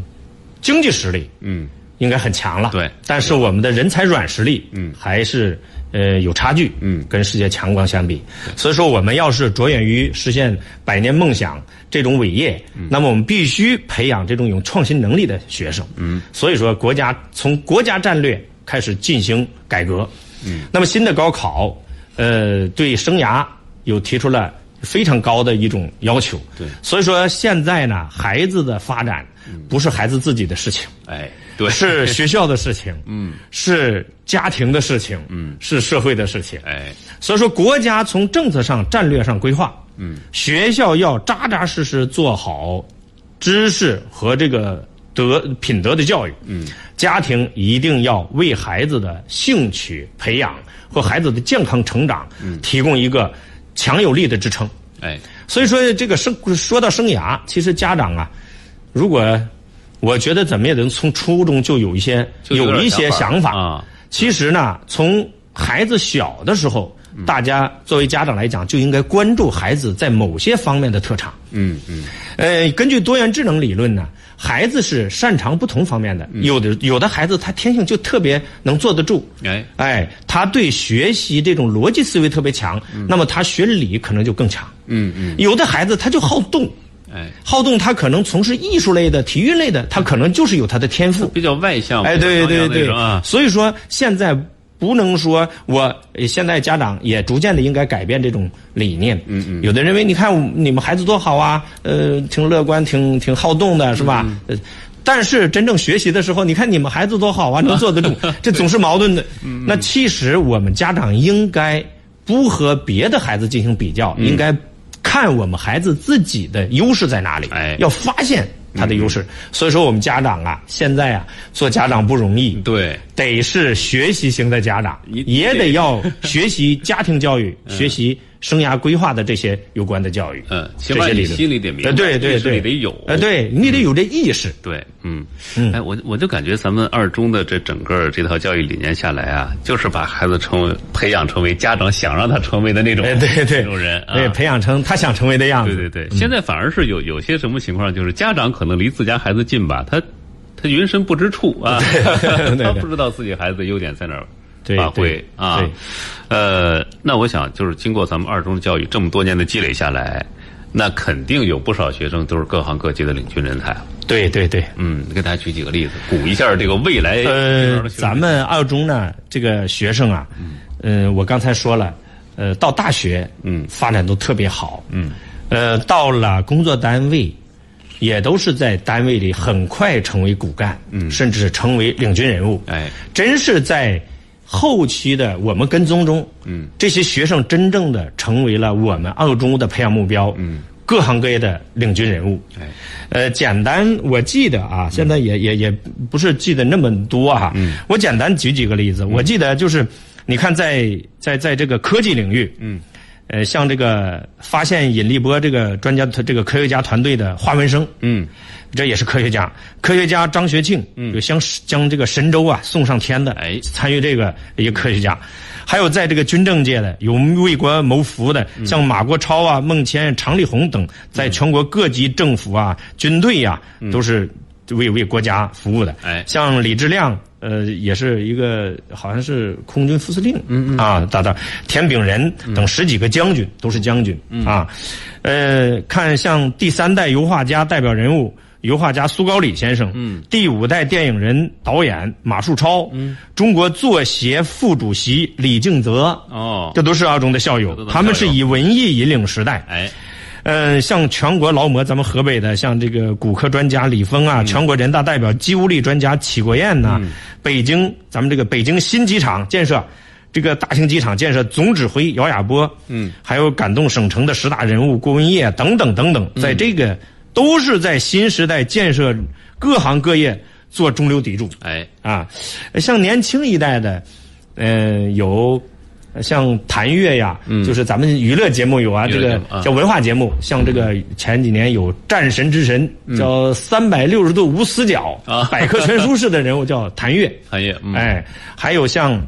Speaker 3: 经济实力
Speaker 2: 嗯，
Speaker 3: 应该很强了，
Speaker 2: 对
Speaker 3: 但是我们的人才软实力，嗯，还是呃有差距，
Speaker 2: 嗯
Speaker 3: 跟世界强国相比，所以说我们要是着眼于实现百年梦想这种伟业，那么我们必须培养这种有创新能力的学生，嗯，所以说国家从国家战略开始进行改革，嗯，那么新的高考，呃，对生涯有提出了。非常高的一种要求，
Speaker 2: 对
Speaker 3: 所以说现在呢，孩子的发展不是孩子自己的事情，
Speaker 2: 哎，对，
Speaker 3: 是学校的事情，嗯，是家庭的事情，嗯，是社会的事情。
Speaker 2: 哎，
Speaker 3: 所以说，国家从政策上、战略上规划，嗯，学校要扎扎实实做好知识和这个德品德的教育，嗯，家庭一定要为孩子的兴趣培养和孩子的健康成长，嗯，提供一个强有力的支撑。
Speaker 2: 哎，
Speaker 3: 所以说，这个生说到生涯，其实家长啊，如果我觉得怎么也得从初中就有一些
Speaker 2: 就有点
Speaker 3: 一些
Speaker 2: 想
Speaker 3: 想
Speaker 2: 法
Speaker 3: 法
Speaker 2: 啊
Speaker 3: 其实呢，从孩子小的时候，
Speaker 2: 嗯
Speaker 3: 大家作为家长来讲，就应该关注孩子在某些方面的特长。
Speaker 2: 嗯嗯，
Speaker 3: 呃，根据多元智能理论呢，孩子是擅长不同方面的，
Speaker 2: 嗯
Speaker 3: 有的有的孩子他天性就特别能坐得住，
Speaker 2: 哎
Speaker 3: 哎，他对学习这种逻辑思维特别强，那么他学理可能就更强。
Speaker 2: 嗯嗯，
Speaker 3: 有的孩子他就好动，
Speaker 2: 哎，
Speaker 3: 好动他可能从事艺术类的、体育类的，他可能就是有他的天赋。
Speaker 2: 比较外向，
Speaker 3: 哎，对
Speaker 2: 比较
Speaker 3: 对
Speaker 2: 张扬那
Speaker 3: 对
Speaker 2: 种啊，，
Speaker 3: 所以说现在不能说我呃现在家长也逐渐的应该改变这种理念。嗯嗯，有的认为你看你们孩子多好啊，呃，挺乐观，挺挺好动的，是
Speaker 2: 嗯
Speaker 3: 吧？呃但是真正学习的时候，你看你们孩子多好啊，能坐
Speaker 2: (laughs)
Speaker 3: 得住，这总是矛盾的。
Speaker 2: 嗯
Speaker 3: 那其实我们家长应该不和别的孩子进行比
Speaker 2: 嗯
Speaker 3: 较，应该看我们孩子自己的优势在哪里，
Speaker 2: 哎
Speaker 3: 要呃发现他的优势。所以说，我们家长啊，现在啊，做家长不容易，
Speaker 2: 对，
Speaker 3: 得是学习型的家长，
Speaker 2: 嗯一
Speaker 3: 也得要学习家庭教育、学习生涯规划的这些有关的教育。
Speaker 2: 嗯起
Speaker 3: 这
Speaker 2: 码
Speaker 3: 些
Speaker 2: 你
Speaker 3: 理论
Speaker 2: 心里得明白
Speaker 3: 呃对
Speaker 2: 意
Speaker 3: 对
Speaker 2: 识
Speaker 3: 对，
Speaker 2: 里得有
Speaker 3: 呃，对你得有这意识。
Speaker 2: 对，嗯，哎，我我就感觉咱们二中的这整个这套教育理念下来啊，就是把孩子成为培养成为家长想让他成为的那种，
Speaker 3: 哎， (laughs) 对对，
Speaker 2: 那种嗯人啊，
Speaker 3: 对，培养成他想成嗯为的样子。
Speaker 2: 对对对，现在反而是有有些什么情况，就是家长可能离自家孩子近吧，他他云深不知处啊，
Speaker 3: (laughs) 对对
Speaker 2: 他不知道自己孩子的优点在哪儿
Speaker 3: 对
Speaker 2: 发挥
Speaker 3: 对
Speaker 2: 啊
Speaker 3: 对。
Speaker 2: 呃，那我想就是经过咱们二中教育这么多年的积累下来，那肯定有不少学生都是各行各业的领军人才。啊
Speaker 3: 对对对，
Speaker 2: 嗯，给大家举几个例子，鼓一下这个未来这边
Speaker 3: 呃
Speaker 2: 的，学生
Speaker 3: 咱们二中呢，这个学生啊，嗯、我刚才说了，呃，到大学，
Speaker 2: 嗯
Speaker 3: 发展都特别好，
Speaker 2: 嗯，
Speaker 3: 呃，到了工作单位，也都是在单位里很快成为骨干，嗯，甚至成为领军人物，
Speaker 2: 哎，
Speaker 3: 真是在后期的我们跟踪中，
Speaker 2: 嗯，
Speaker 3: 这些学生真正的成为了我们二中的培养目标，嗯，各行各业的领军人物，
Speaker 2: 哎，
Speaker 3: 呃，简单我记得啊，现在也、也也不是记得那么多哈、嗯，我简单举几个例子，我记得就是你看在在在这个科技领域，嗯。呃，像这个发现引力波这个专家这个科学家团队的华文生，
Speaker 2: 嗯，
Speaker 3: 这也是科学家，科学家张学庆，嗯，就将将这个神舟啊送上天的，
Speaker 2: 哎
Speaker 3: 参与这个一个科学家，还有在这个军政界的有为国谋福的，
Speaker 2: 嗯
Speaker 3: 像马国超啊、孟谦、常立红等，在全国各级政府啊、军队呀、都是为为国家服务的。
Speaker 2: 嗯哎
Speaker 3: 像李志亮，呃，也是一个好像是空军副司令，嗯啊，咋的？田炳仁等十几个将军、都是将军、啊，呃，看像第三代油画家代表人物。油画家苏高里先生，嗯，第五代电影人导演马树超，嗯，中国作协副主席李敬泽，
Speaker 2: 哦
Speaker 3: 这，都是二中的校友，
Speaker 2: 都是
Speaker 3: 他们是
Speaker 2: 校友
Speaker 3: 以文艺引领时代，
Speaker 2: 哎，
Speaker 3: 呃，像全国劳模，咱们河北的，像这个骨科专家李峰啊，全国人大代表肌无力专家齐国燕呐、北京咱们这个北京新机场建设，这个大型机场建设总指挥姚亚波，嗯，还有感动省城的十大人物郭文业等等等等，在这个、都是在新时代建设各行各业做中流砥柱。
Speaker 2: 哎，
Speaker 3: 啊，像年轻一代的，嗯、有呃像谭岳呀，就是咱们娱乐节目有啊，
Speaker 2: 嗯娱乐节
Speaker 3: 这个
Speaker 2: 目啊嗯
Speaker 3: 叫文化节目，像这个前几年有战神之神，叫三百六十度无死角，
Speaker 2: 啊
Speaker 3: 百科全书式的人物叫谭岳，
Speaker 2: 韩烨，嗯，
Speaker 3: 哎，还有像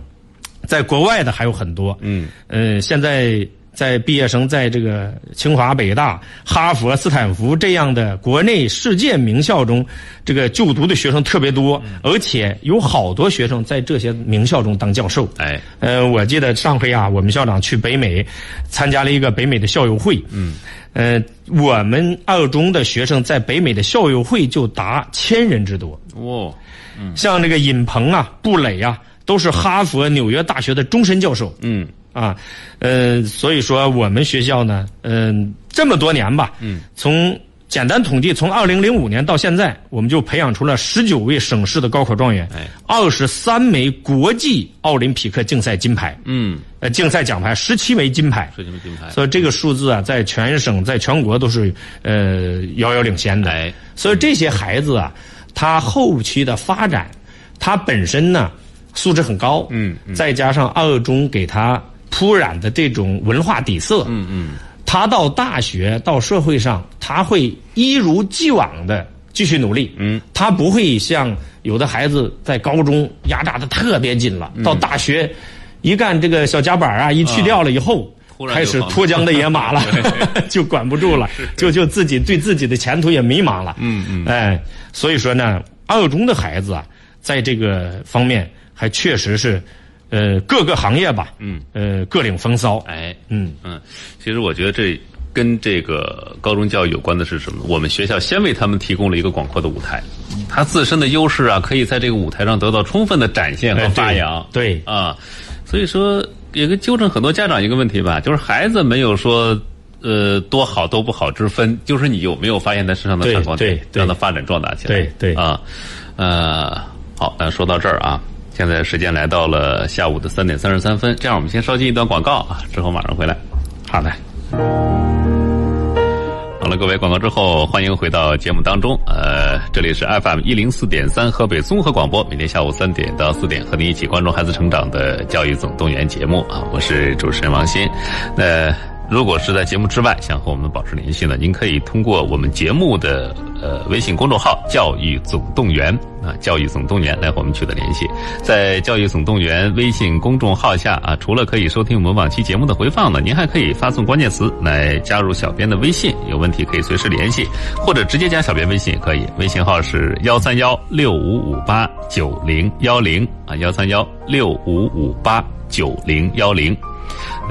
Speaker 3: 在国外的还有很多，
Speaker 2: 嗯，
Speaker 3: 呃，现在在毕业生在这个清华、北大、哈佛、斯坦福这样的国内世界名校中，这个就读的学生特别多，
Speaker 2: 嗯
Speaker 3: 而且有好多学生在这些名校中当教授。
Speaker 2: 哎，
Speaker 3: 呃，我记得上回啊，我们校长去北美参加了一个北美的校友会。嗯，呃，我们二中的学生在北美的校友会就达千人之多。
Speaker 2: 哦，
Speaker 3: 像这个尹鹏啊、布磊啊，都是哈佛、纽约大学的终身教授。
Speaker 2: 嗯，
Speaker 3: 啊，呃，所以说我们学校呢，嗯、这么多年吧，嗯，从简单统计，从二零零五年到现在，我们就培养出了十九位省市的高考状元
Speaker 2: 哎，
Speaker 3: 二十三枚国际奥林匹克竞赛金牌，
Speaker 2: 嗯，
Speaker 3: 呃，竞赛奖牌十七枚金牌，
Speaker 2: 是什么金牌？
Speaker 3: 所以这个数字啊，在全省、在全国都是呃遥遥领先的。
Speaker 2: 哎
Speaker 3: 所以这些孩子啊，他后期的发展，他本身呢素质很高，
Speaker 2: 嗯，
Speaker 3: 再加上二中给他铺染的这种文化底色，嗯嗯，他到大学到社会上，他会一如既往的继续努力，嗯，他不会像有的孩子在高中压榨的特别紧了，到大学一干这个小夹板啊，一去掉了以后。
Speaker 2: 突然就
Speaker 3: 开始
Speaker 2: 放
Speaker 3: 脱缰的野马了， (laughs) 就管不住了，就就自己对自己的前途也迷茫了。嗯嗯，哎，所以说呢，二中的孩子啊，在这个方面还确实是，呃，各个行业吧，嗯，呃，各领风骚。
Speaker 2: 哎，
Speaker 3: 嗯
Speaker 2: 嗯，其实我觉得这跟这个高中教育有关的是什么？我们学校先为他们提供了一个广阔的舞台，他自身的优势啊，可以在这个舞台上得到充分的展现和
Speaker 3: 哎对
Speaker 2: 发扬。
Speaker 3: 对
Speaker 2: 啊，所以说也跟纠正很多家长一个问题吧，就是孩子没有说。呃，多好多不好之分，就是你有没有发现他身上的
Speaker 3: 对
Speaker 2: 闪光点
Speaker 3: 对，对
Speaker 2: 让他发展壮大起来。
Speaker 3: 对对
Speaker 2: 啊，呃，好，那说到这儿啊，现在时间来到了下午的三点三十三分，这样我们先稍进一段广告啊，之后马上回来。
Speaker 3: 好嘞，
Speaker 2: 好了，各位，广告之后欢迎回到节目当中。呃，这里是 FM 一零四点三河北综合广播，每天下午三点到四点和您一起关注孩子成长的教育总动员节目啊，我是主持人王鑫。呃，如果是在节目之外想和我们保持联系呢，您可以通过我们节目的呃微信公众号“教育总动员”啊，“教育总动员”来和我们取得联系。在“教育总动员”微信公众号下啊，除了可以收听我们往期节目的回放呢，您还可以发送关键词来加入小编的微信，有问题可以随时联系，或者直接加小编微信也可以，微信号是幺三幺六五五八九零幺零啊，幺三幺六五五八九零幺零。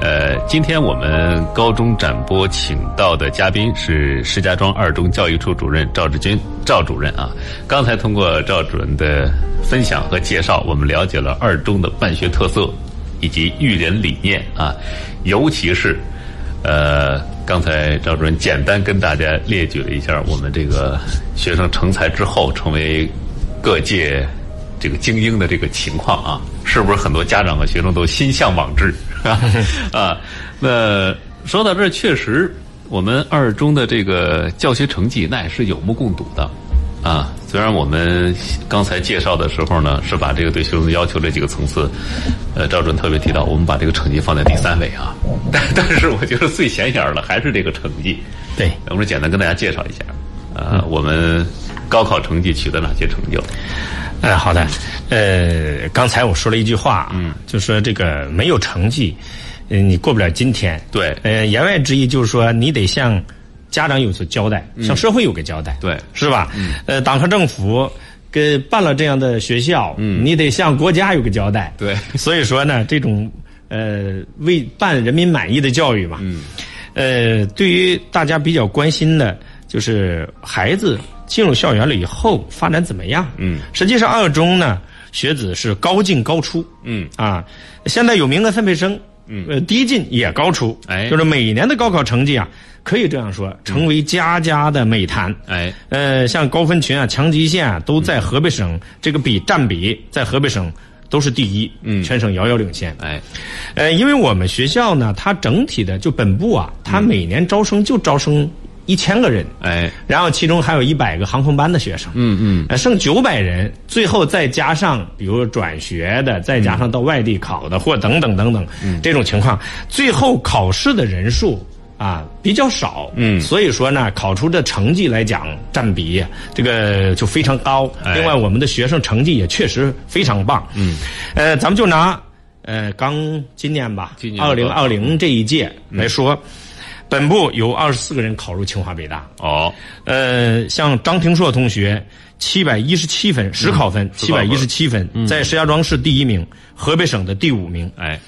Speaker 2: 呃，今天我们高中展播请到的嘉宾是石家庄二中教育处主任赵志军赵主任啊。刚才通过赵主任的分享和介绍，我们了解了二中的办学特色以及育人理念啊，尤其是呃，刚才赵主任简单跟大家列举了一下我们这个学生成才之后成为各界这个精英的这个情况啊，是不是很多家长和学生都心向往之啊？ (laughs) 那说到这儿，确实我们二中的这个教学成绩那也是有目共睹的。啊，虽然我们刚才介绍的时候呢，是把这个对学生的要求这几个层次，呃，赵主任特别提到，我们把这个成绩放在第三位啊， (laughs) 但但是我觉得最显眼儿的还是这个成绩。
Speaker 3: 对，
Speaker 2: 我们简单跟大家介绍一下，
Speaker 3: 嗯
Speaker 2: 呃，我们高考成绩取得哪些成就？
Speaker 3: 哎，好的，呃，刚才我说了一句话，嗯，就说这个没有成绩，呃，你过不了今天。
Speaker 2: 对
Speaker 3: 呃，言外之意就是说，你得向家长有所交代，向社会有个交代，
Speaker 2: 嗯对嗯
Speaker 3: 是吧？呃，党和政府给办了这样的学校，嗯，你得向国家有个交代，
Speaker 2: 对
Speaker 3: (laughs) 所以说呢，这种呃为办人民满意的教育嘛，嗯，呃，对于大家比较关心的，就是孩子进入校园了以后发展怎么样？嗯，实际上二中呢，学子是高进高出，
Speaker 2: 嗯
Speaker 3: 啊，现在有名额分配生。嗯，呃，低进也高出，
Speaker 2: 哎嗯
Speaker 3: 就是每年的高考成绩啊，可以这样说，成为家家的美谈。
Speaker 2: 哎，
Speaker 3: 呃，像高分群啊、强极限啊，都在河北
Speaker 2: 嗯
Speaker 3: 省、这个比占比在河北省都是第一，嗯，全省遥遥领先。
Speaker 2: 哎，
Speaker 3: 呃，因为我们学校呢，它整体的就本部啊，它每年招生就招生一千个人，
Speaker 2: 嗯哎，
Speaker 3: 然后其中还有一百个航空班的学生，嗯嗯，呃，剩九百人，最后再加上比如转学的，再加上到外地考的，或等等等等，这种情况，最后考试的人数。啊，比较少，嗯，所以说呢，考出的成绩来讲，占比这个就非常高。
Speaker 2: 哎
Speaker 3: 另外，我们的学生成绩也确实非常棒，嗯，呃，咱们就拿呃刚今年吧，
Speaker 2: 今年
Speaker 3: 二零二零这一届来说，本部有二十四个人考入清华北大，
Speaker 2: 哦，
Speaker 3: 呃，像张廷硕同学七百一十七分，实考分嗯七百一嗯十七分，在石家庄市第一名，河北省的第五名。
Speaker 2: 哎，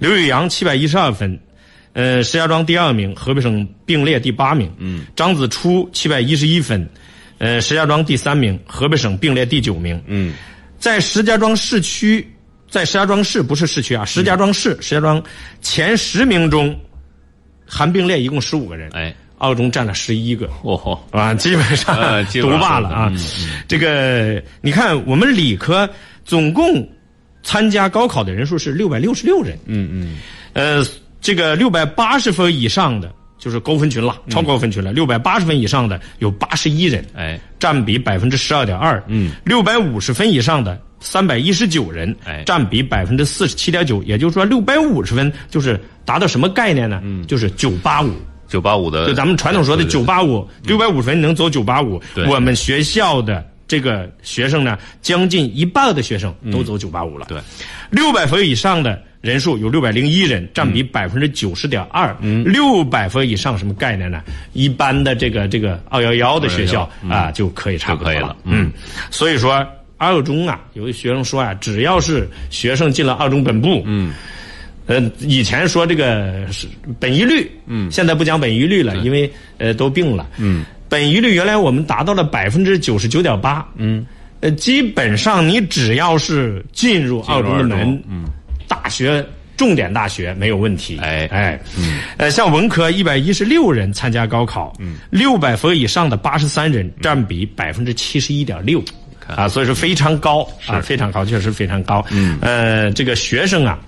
Speaker 3: 刘宇阳七百一十二分，呃，石家庄第二名，河北省并列第八名。嗯，张子初七百一十一分，呃，石家庄第三名，河北省并列第九名。嗯，在石家庄市区，在石家庄市不是市区啊，石家庄市，石家庄前十名中，含并列一共十五个人。
Speaker 2: 哎，
Speaker 3: 二中占了十一个。
Speaker 2: 哦吼，
Speaker 3: 啊，基本
Speaker 2: 呃
Speaker 3: 上
Speaker 2: 基
Speaker 3: 独
Speaker 2: 本上嗯
Speaker 3: 霸了啊。这个你看，我们理科总共参加高考的人数是六百六十六人，嗯嗯，呃，这个六百八十分以上的就是高分群了，
Speaker 2: 嗯
Speaker 3: 超高分群了，六百八十分以上的有八十一人，
Speaker 2: 哎，
Speaker 3: 占比百分之十二点二，嗯，六百五十分以上的。三百一十九人
Speaker 2: 哎，
Speaker 3: 占比百分之四十七点九，也就是说，六百五十分就是达到什么概念呢？嗯，就是九八五，
Speaker 2: 九八五的，
Speaker 3: 就咱们传统说的九八五，六百五十分能走九八五
Speaker 2: 嗯对，
Speaker 3: 我们学校的这个学生呢，将近一半的学生都走九八五了。
Speaker 2: 嗯对，
Speaker 3: 六百分以上的人数有六百零一人，占比百分之九十点二。
Speaker 2: 嗯
Speaker 3: 六百分以上什么概念呢？一般的这个这个二幺幺的学校啊就可以差不多
Speaker 2: 嗯就可以了
Speaker 3: 嗯，所以说二中啊，有的学生说啊，只要是学生进了二中本部，嗯。呃，以前说这个是本一律，嗯，现在不讲本一律了，因为呃都病了，嗯，本一律原来我们达到了百分之九十九点八，嗯，呃，基本上你只要是进入澳洲的
Speaker 2: 进入二中
Speaker 3: 门，嗯，大学重点大学没有问题，
Speaker 2: 哎
Speaker 3: 哎，呃，像文科一百一十六人参加高考，嗯，六百分以上的八十三人，占比百分之七十一点六。
Speaker 2: 看
Speaker 3: 啊，所以说非常高啊，非常高，确实非常高。嗯，呃，这个学生啊，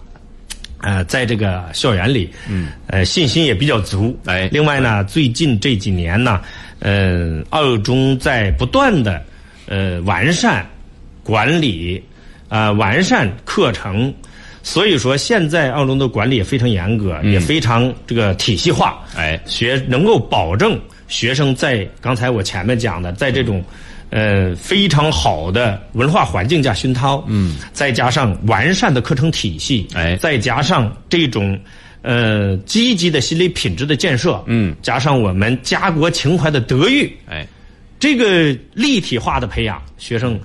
Speaker 3: 呃，在这个校园里，嗯，呃，信心也比较足。
Speaker 2: 哎
Speaker 3: 另外呢，最近这几年呢，呃，二中在不断的呃完善管理，啊、完善课程。所以说，现在二中的管理也非常严格，也非常这个体系化。
Speaker 2: 嗯哎
Speaker 3: 学能够保证学生在刚才我前面讲的，在这种呃非常好的文化环境下熏陶，嗯，再加上完善的课程体系，
Speaker 2: 哎
Speaker 3: 再加上这种。呃，积极的心理品质的建设，
Speaker 2: 嗯，
Speaker 3: 加上我们家国情怀的德育，
Speaker 2: 哎，
Speaker 3: 这个立体化的培养，学生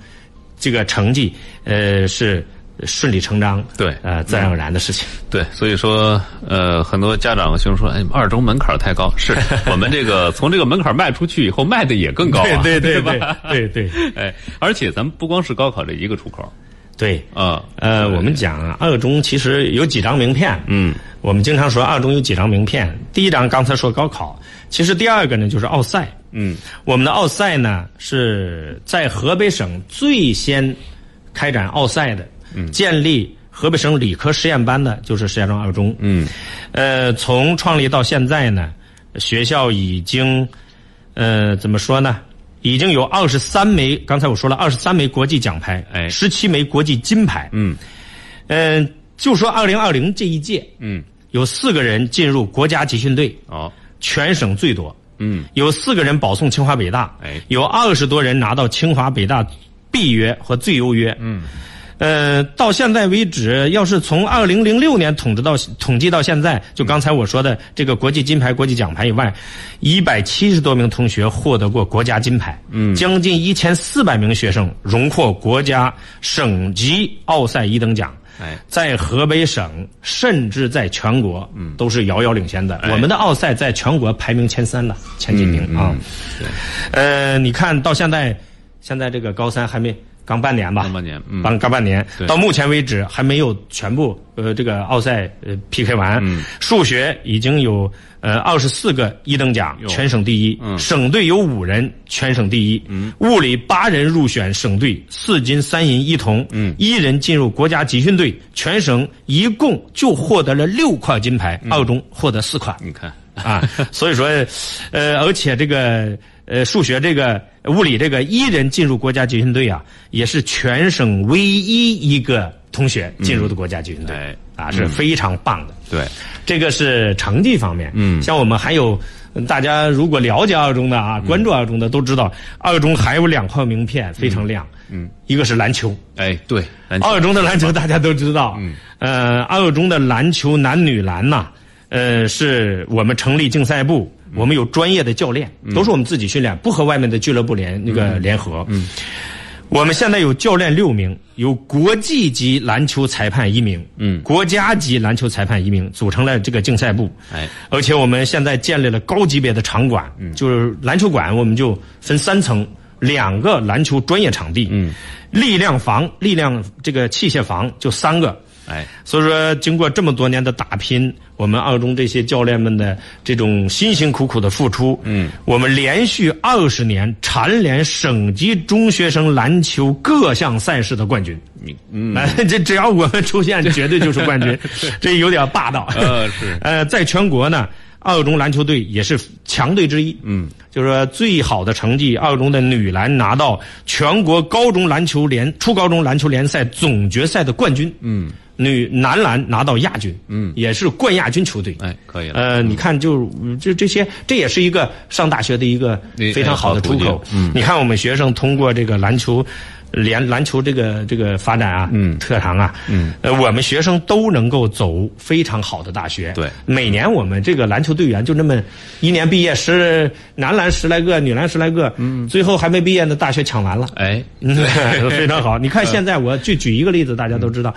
Speaker 3: 这个成绩，呃，是顺理成章，
Speaker 2: 对
Speaker 3: 呃，自然而然的事情。
Speaker 2: 对，所以说，呃，很多家长就是说，哎，二中门槛儿太高，是我们这
Speaker 3: (laughs)
Speaker 2: 个从这个门槛儿迈出去以后，迈的也更高、啊，
Speaker 3: 对对
Speaker 2: 吧
Speaker 3: (laughs)
Speaker 2: (laughs)
Speaker 3: 对对对对
Speaker 2: 哎，而且咱们不光是高考这一个出口
Speaker 3: 对，
Speaker 2: 啊，
Speaker 3: 呃，我们讲啊，二中其实有几张名片。嗯，我们经常说二中有几张名片。第一张刚才说高考，其实第二个呢就是奥赛。嗯，我们的奥赛呢是在河北省最先开展奥赛的，嗯、建立河北省理科实验班的，就是石家庄二中。嗯，呃，从创立到现在呢，学校已经呃怎么说呢？已经有二十三枚，刚才我说了二十三枚国际奖牌，
Speaker 2: 哎
Speaker 3: 十七枚国际金牌。
Speaker 2: 嗯
Speaker 3: 嗯、就说二零二零这一届，
Speaker 2: 嗯，
Speaker 3: 有四个人进入国家集训队，
Speaker 2: 哦，
Speaker 3: 全省最多。
Speaker 2: 嗯，
Speaker 3: 有四个人保送清华北大，
Speaker 2: 哎
Speaker 3: 有二十多人拿到清华北大必约和最优约。嗯，呃，到现在为止，要是从二零零六年统治到统计到现在，就刚才我说的这个国际金牌、国际奖牌以外，一百七十多名同学获得过国家金牌，嗯，将近一千四百名学生荣获国家、省级奥赛一等奖。
Speaker 2: 哎
Speaker 3: 在河北省，甚至在全国，嗯，都是遥遥领先的。
Speaker 2: 哎嗯
Speaker 3: 我们的奥赛在全国排名前三了，前几名啊。呃，你看到现在，现在这个高三还没刚半年吧？
Speaker 2: 刚半年嗯
Speaker 3: 刚刚半年
Speaker 2: 对。
Speaker 3: 到目前为止还没有全部呃这个奥赛呃 PK 完。嗯，数学已经有呃二十四个一等奖，全省第一。嗯，省队有五人，全省第一。嗯，物理八人入选省队，四金三银一铜。嗯，一人进入国家集训队，全省一共就获得了六块金牌，二中获得四块。
Speaker 2: 你看，
Speaker 3: 啊，所以说，呃，而且这个呃，数学这个物理这个一人进入国家集训队啊，也是全省唯一一个同学进入的国家集训队、
Speaker 2: 哎
Speaker 3: 啊，是非常棒的。
Speaker 2: 对，
Speaker 3: 这个是成绩方面，嗯，像我们还有嗯大家如果了解二中的啊，关注二中的都知道，二中还有两块名片非常亮，嗯，一个是篮球，
Speaker 2: 哎对，篮球
Speaker 3: 二中的篮球大家都知道，嗯，呃，二中的篮球男女篮呐、呃，是我们成立竞赛部，我们有专业的教练，都是我们自己训练，不和外面的俱乐部联那个联合。嗯，我们现在有教练六名，有国际级篮球裁判一名，嗯，国家级篮球裁判一名，组成了这个竞赛部。
Speaker 2: 哎，
Speaker 3: 而且我们现在建立了高级别的场馆，嗯，就是篮球馆，我们就分三层，两个篮球专业场地，嗯，力量房、力量这个器械房就三个。
Speaker 2: 哎
Speaker 3: 所以说，经过这么多年的打拼，我们二中这些教练们的这种辛辛苦苦的付出，嗯，我们连续二十年蝉联省级中学生篮球各项赛事的冠军。
Speaker 2: 你嗯
Speaker 3: 哎， (laughs) 这只要我们出现，绝对就是冠军，这有点霸道。
Speaker 2: 呃是
Speaker 3: 呃，在全国呢，二中篮球队也是强队之一。嗯，就是说最好的成绩，二中的女篮拿到全国高中篮球联初高中篮球联赛总决赛的冠军。嗯，女男篮拿到亚军。嗯，也是冠亚军球队。
Speaker 2: 哎可以了，
Speaker 3: 呃，你看就，就这些，这也是一个上大学的一个
Speaker 2: 你
Speaker 3: 非常好的出
Speaker 2: 哎好
Speaker 3: 口
Speaker 2: 途。
Speaker 3: 嗯，你看我们学生通过这个篮球篮篮球这个这个发展啊，
Speaker 2: 嗯
Speaker 3: 特长啊，嗯，呃，我们学生都能够走非常好的大学。
Speaker 2: 对
Speaker 3: 每年我们这个篮球队员就那么一年毕业十男篮十来个，女篮十来个，嗯，最后还没毕业呢，大学抢完了。
Speaker 2: 哎，
Speaker 3: 嗯，非
Speaker 2: (laughs)
Speaker 3: 常好。你看现在，我就举一个例子，大家都知道，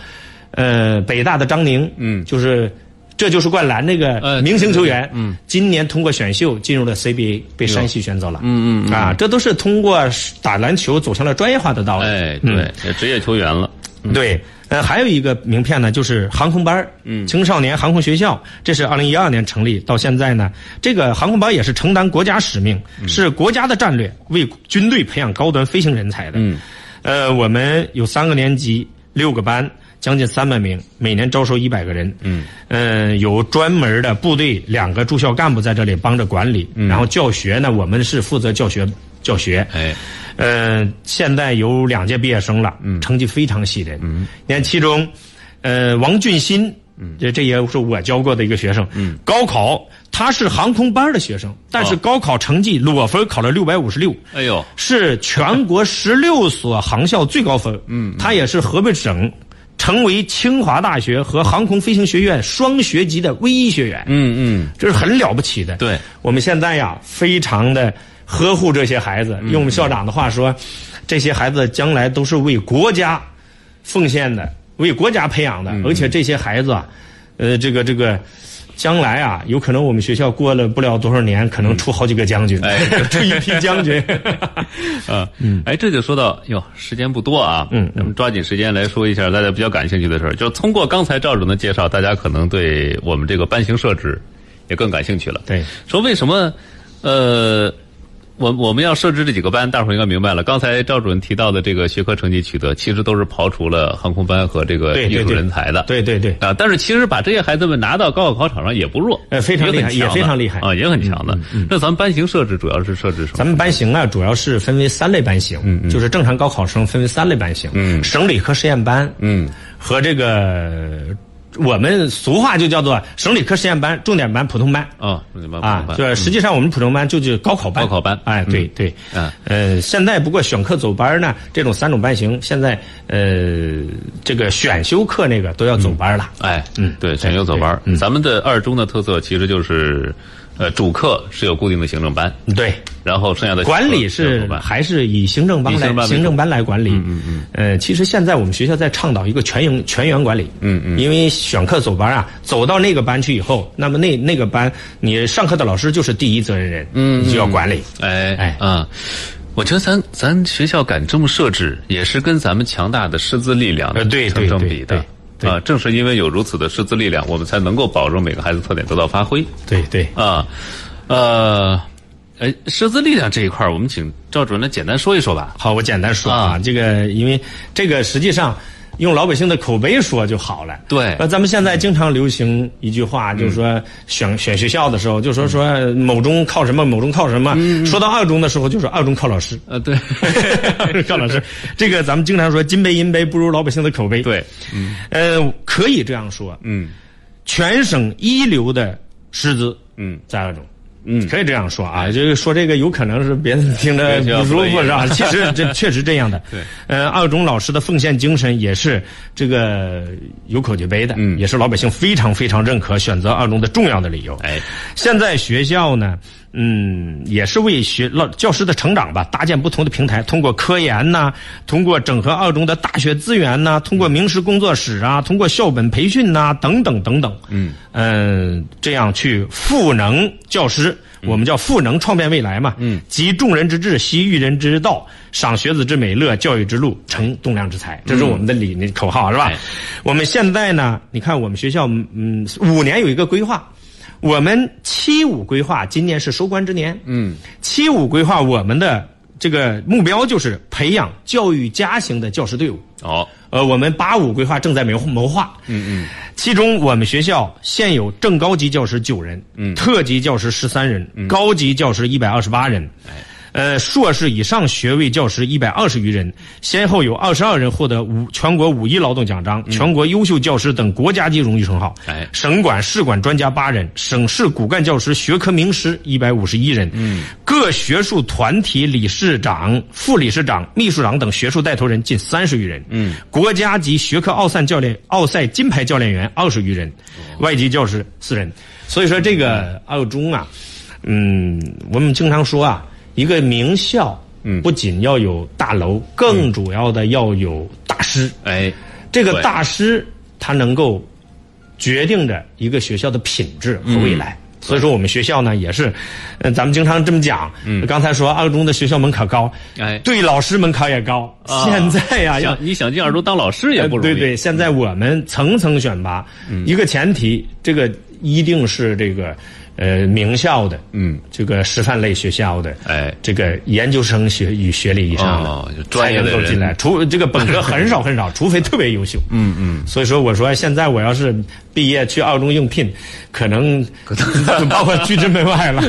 Speaker 3: 呃，北大的张宁，
Speaker 2: 嗯
Speaker 3: 就是这就是灌篮那个
Speaker 2: 呃
Speaker 3: 明星球员，嗯，今年通过选秀进入了 CBA，被山西选走了，
Speaker 2: 嗯嗯，
Speaker 3: 啊，这都是通过打篮球走向了专业化的道路，
Speaker 2: 哎，对，
Speaker 3: 嗯
Speaker 2: 这职业球员了，
Speaker 3: 对，呃，还有一个名片呢，就是航空班嗯，青少年航空学校，这是二零一二年成立到现在呢，这个航空班也是承担国家使命，是国家的战略，为军队培养高端飞行人才的。嗯，呃，我们有三个年级，六个班。将近三百名，每年招收一百个人。嗯，呃，有专门的部队两个驻校干部在这里帮着管理，然后教学呢，我们是负责教学教学。
Speaker 2: 哎，
Speaker 3: 呃，现在有两届毕业生了，成绩非常喜人。嗯，你看其中，呃，王俊新，这这也是我教过的一个学生。嗯，高考他是航空班的学生，但是
Speaker 2: 哦
Speaker 3: 高考成绩裸分考了六百五十六。
Speaker 2: 哎呦，
Speaker 3: 是全国十六所航校最高分。嗯，他也是河北省成为清华大学和航空飞行学院双学籍的唯一学员。
Speaker 2: 嗯嗯，
Speaker 3: 这是很了不起的。
Speaker 2: 对，
Speaker 3: 我们现在呀，非常的呵护这些孩
Speaker 2: 嗯
Speaker 3: 子。用我们校长的话说，这些孩子将来都是为国家奉献的，为国家培养的。
Speaker 2: 嗯
Speaker 3: 而且这些孩子啊，呃，这个这个。将来啊，有可能我们学校过了不了多少年，可能出好几个将军，
Speaker 2: 嗯哎
Speaker 3: (laughs) 出一批将
Speaker 2: (laughs)
Speaker 3: 军。
Speaker 2: 啊，
Speaker 3: 嗯
Speaker 2: 哎，这就说到哟，时间不多啊，嗯，咱们抓紧时间来说一下大家比较感兴趣的事儿。就通过刚才赵主任的介绍，大家可能对我们这个班型设置也更感兴趣了。
Speaker 3: 对，
Speaker 2: 说为什么？呃，我我们要设置这几个班，大伙儿应该明白了。刚才赵主任提到的这个学科成绩取得，其实都是刨除了航空班和这个
Speaker 3: 对
Speaker 2: 艺
Speaker 3: 对
Speaker 2: 术
Speaker 3: 对
Speaker 2: 人才的。
Speaker 3: 对对对，
Speaker 2: 啊，但是其实把这些孩子们拿到高考考场上也不弱，
Speaker 3: 呃非常厉害
Speaker 2: 很强的
Speaker 3: 也非常厉害嗯
Speaker 2: 啊，也很强的。那咱们班型设置主要是设置什
Speaker 3: 咱
Speaker 2: 么？
Speaker 3: 们班型啊，主要是分为三类班型，
Speaker 2: 嗯
Speaker 3: 就是正常高考生分为三类班型，省理科实验班，
Speaker 2: 嗯，
Speaker 3: 和这个我们俗话就叫做省理科实验班、重点班、普通班。
Speaker 2: 啊，那你们
Speaker 3: 啊
Speaker 2: 班，
Speaker 3: 对，实际上我们普通班就是高考班，
Speaker 2: 高考班
Speaker 3: 哎，对对，
Speaker 2: 嗯
Speaker 3: 呃，现在不过选课走班呢，这种三种班型，现在呃，这个选修课那个都要走班了，
Speaker 2: 哎，
Speaker 3: 嗯
Speaker 2: 对，选修走班儿。咱们的二中的特色其实就是，呃，主课是有固定的行政班，
Speaker 3: 对，
Speaker 2: 然后剩下的
Speaker 3: 管理
Speaker 2: 选修
Speaker 3: 是
Speaker 2: 班
Speaker 3: 还是以行政班
Speaker 2: 以行政班
Speaker 3: 来
Speaker 2: 为主
Speaker 3: 行政班来管理。嗯嗯呃，其实现在我们学校在倡导一个全营全员管理。嗯嗯。因为选课走班啊，走到那个班去以后，那么那那个班你上课的老师就是第一责任人，嗯，就要管理。
Speaker 2: 哎
Speaker 3: 哎
Speaker 2: 啊，我觉得咱咱学校敢这么设置，也是跟咱们强大的师资力量
Speaker 3: 呃对
Speaker 2: 成
Speaker 3: 对
Speaker 2: 正
Speaker 3: 对
Speaker 2: 比的
Speaker 3: 对。对
Speaker 2: 啊，正是因为有如此的师资力量，我们才能够保证每个孩子特点得到发挥
Speaker 3: 对对。
Speaker 2: 啊。呃，哎，师资力量这一块儿，我们请赵主任来简单说一说吧。
Speaker 3: 好，我简单说
Speaker 2: 啊
Speaker 3: 啊，这个因为这个实际上用老百姓的口碑说就好了。
Speaker 2: 对
Speaker 3: 呃，咱们现在经常流行一句话，就是说选选学校的时候，就说说某中靠什么，某中靠什么。说到二中的时候，就说二中靠老师。
Speaker 2: 呃，对，
Speaker 3: (laughs) 赵老师，这个咱们经常说金杯银杯不如老百姓的口碑。
Speaker 2: 对，
Speaker 3: 呃，可以这样说，
Speaker 2: 嗯
Speaker 3: 全省一流的师资，
Speaker 2: 嗯，
Speaker 3: 在二中。
Speaker 2: 嗯
Speaker 3: 可以这样说啊，就是说这个有可能是别人听着不舒服是吧？其实这确实这样的。
Speaker 2: (laughs) 对，
Speaker 3: 呃，二中老师的奉献精神也是这个有口皆碑的，
Speaker 2: 嗯
Speaker 3: 也是老百姓非常非常认可选择二中的重要的理由。
Speaker 2: 哎，
Speaker 3: 现在学校呢，嗯，也是为学老教师的成长吧，搭建不同的平台，通过科研呐、通过整合二中的大学资源呐、通过名师工作室啊，通过校本培训呐、等等等等，嗯这样去赋能教师。我们叫赋能创变未来嘛，嗯，集众人之智，习育人之道，赏学子之美乐，教育之路，成栋梁之才，这是我们的理念口号，是吧
Speaker 2: 哎？
Speaker 3: 我们现在呢，你看我们学校，嗯，五年有一个规划，我们七五规划今年是收官之年，嗯，七五规划我们的这个目标就是培养教育家型的教师队伍。
Speaker 2: 哦，
Speaker 3: 呃，我们八五规划正在谋谋划，嗯嗯，其中我们学校现有正嗯高级教师九人，嗯，特级教师十三人，高级教师一百二十八人，呃，硕士以上学位教师一百二十余人，先后有二十二人获得五全国五一劳动奖章、全国优秀教师等国家级荣誉称号。
Speaker 2: 哎
Speaker 3: 省管市管专家八人，省市骨干教师、学科名师一百五十一人，嗯，各学术团体理事长、副理事长、秘书长等学术带头人近三十余人，嗯，国家级学科奥赛教练、奥赛金牌教练员二十余人，外籍教师四人。所以说，这个奥中啊，嗯，我们经常说啊，一个名校，嗯，不仅要有大楼，更主要的要有大师，
Speaker 2: 哎，
Speaker 3: 这个
Speaker 2: 对
Speaker 3: 大师他能够决定着一个学校的品质和未来。所以说，我们学校呢也是，呃，咱们经常这么讲。嗯，刚才说二中的学校门槛高，
Speaker 2: 哎
Speaker 3: 对老师门槛也高。
Speaker 2: 啊
Speaker 3: 现在呀、要
Speaker 2: 想你想进二中当老师也不容易，
Speaker 3: 呃
Speaker 2: 嗯
Speaker 3: 对对，现在我们层层选拔，一个前提，这个一定是这个呃名校的，
Speaker 2: 嗯，
Speaker 3: 这个师范类学校的，
Speaker 2: 哎
Speaker 3: 这个研究生学与学历以上的，
Speaker 2: 哦就专业的
Speaker 3: 才能够进来，
Speaker 2: 人
Speaker 3: 除这个本
Speaker 2: (laughs)
Speaker 3: 科很少很少，除非特别优秀，嗯嗯。所以说，我说现在我要是毕业去二中应聘，可能可能把我拒之门外
Speaker 2: (laughs)
Speaker 3: 了。。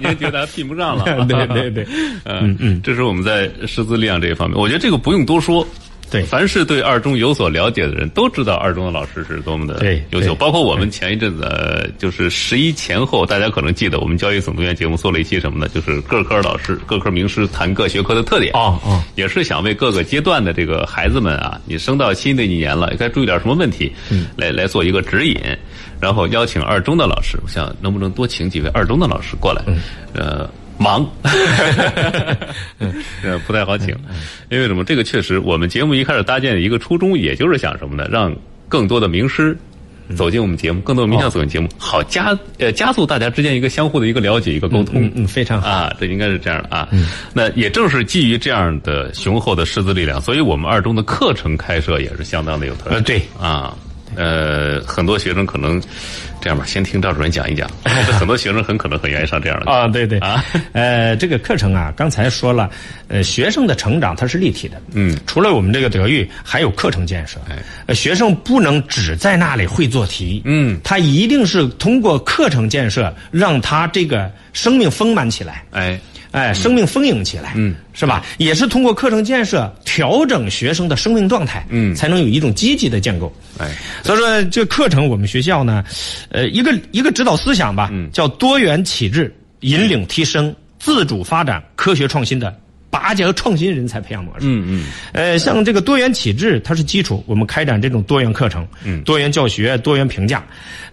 Speaker 2: 年轻咱聘不上了
Speaker 3: (laughs) 对
Speaker 2: (laughs)
Speaker 3: 对对，
Speaker 2: 嗯嗯，这是我们在师资力量这一方面，我觉得这个不用多说。
Speaker 3: 对
Speaker 2: 凡是对二中有所了解的人都知道二中的老师是多么的
Speaker 3: 对
Speaker 2: 优秀。
Speaker 3: 对
Speaker 2: 包括我们前一阵子，呃就是十一前后，大家可能记得我们教育总动员节目做了一期什么呢？就是各科老师、各科名师谈各学科的特点。
Speaker 3: 哦哦，
Speaker 2: 也是想为各个阶段的这个孩子们啊，你升到新的一年了，该注意点什么问题，
Speaker 3: 嗯
Speaker 2: 来来做一个指引。然后邀请二中的老师，我想能不能多请几位二中的老师过
Speaker 3: 嗯
Speaker 2: 来？呃，忙， (laughs) 呃，不太好请，
Speaker 3: 嗯
Speaker 2: 因为什么？这个确实，我们节目一开始搭建的一个初衷，也就是想什么呢？让更多的名师。
Speaker 3: 嗯
Speaker 2: 走进我们节目，更多的
Speaker 3: 哦
Speaker 2: 名校走进节目，好加呃加速大家之间一个相互的一个了解，一个沟通。
Speaker 3: 嗯嗯，非常好。
Speaker 2: (laughs) 啊，这应该是这样的啊。那也正是基于这样的雄厚的师资力量，所以我们二中的课程开设也是相当的有特
Speaker 3: 呃，
Speaker 2: 点。
Speaker 3: 对，
Speaker 2: 啊，呃，很多学生可能这样吧，先听赵主任讲
Speaker 3: (laughs)
Speaker 2: 一讲。很多学生很可能很愿意上这样的课
Speaker 3: 啊，对对
Speaker 2: 啊，
Speaker 3: (laughs) 呃，这个课程啊，刚才说了，呃，学生的成长它是立体的，
Speaker 2: 嗯，
Speaker 3: 除了我们这个德育，还有课程建设，
Speaker 2: 哎
Speaker 3: 呃，学生不能只在那里会做题，
Speaker 2: 嗯
Speaker 3: 他一定是通过课程建设，让他这个生命丰满起来，
Speaker 2: 哎，
Speaker 3: 哎，生命丰盈起来，嗯，是吧？也是通过课程建设调整学生的生命状态，
Speaker 2: 嗯
Speaker 3: 才能有一种积极的建构，
Speaker 2: 哎，
Speaker 3: 所以说这课程我们学校呢，呃，一个一个指导思想吧，
Speaker 2: 嗯
Speaker 3: 叫多元启智，引领提升自主发展科学创新的拔尖创新人才培养模式。
Speaker 2: 嗯嗯，
Speaker 3: 呃，像这个多元启智，它是基础，我们开展这种多元课程、嗯、多元教学、多元评价，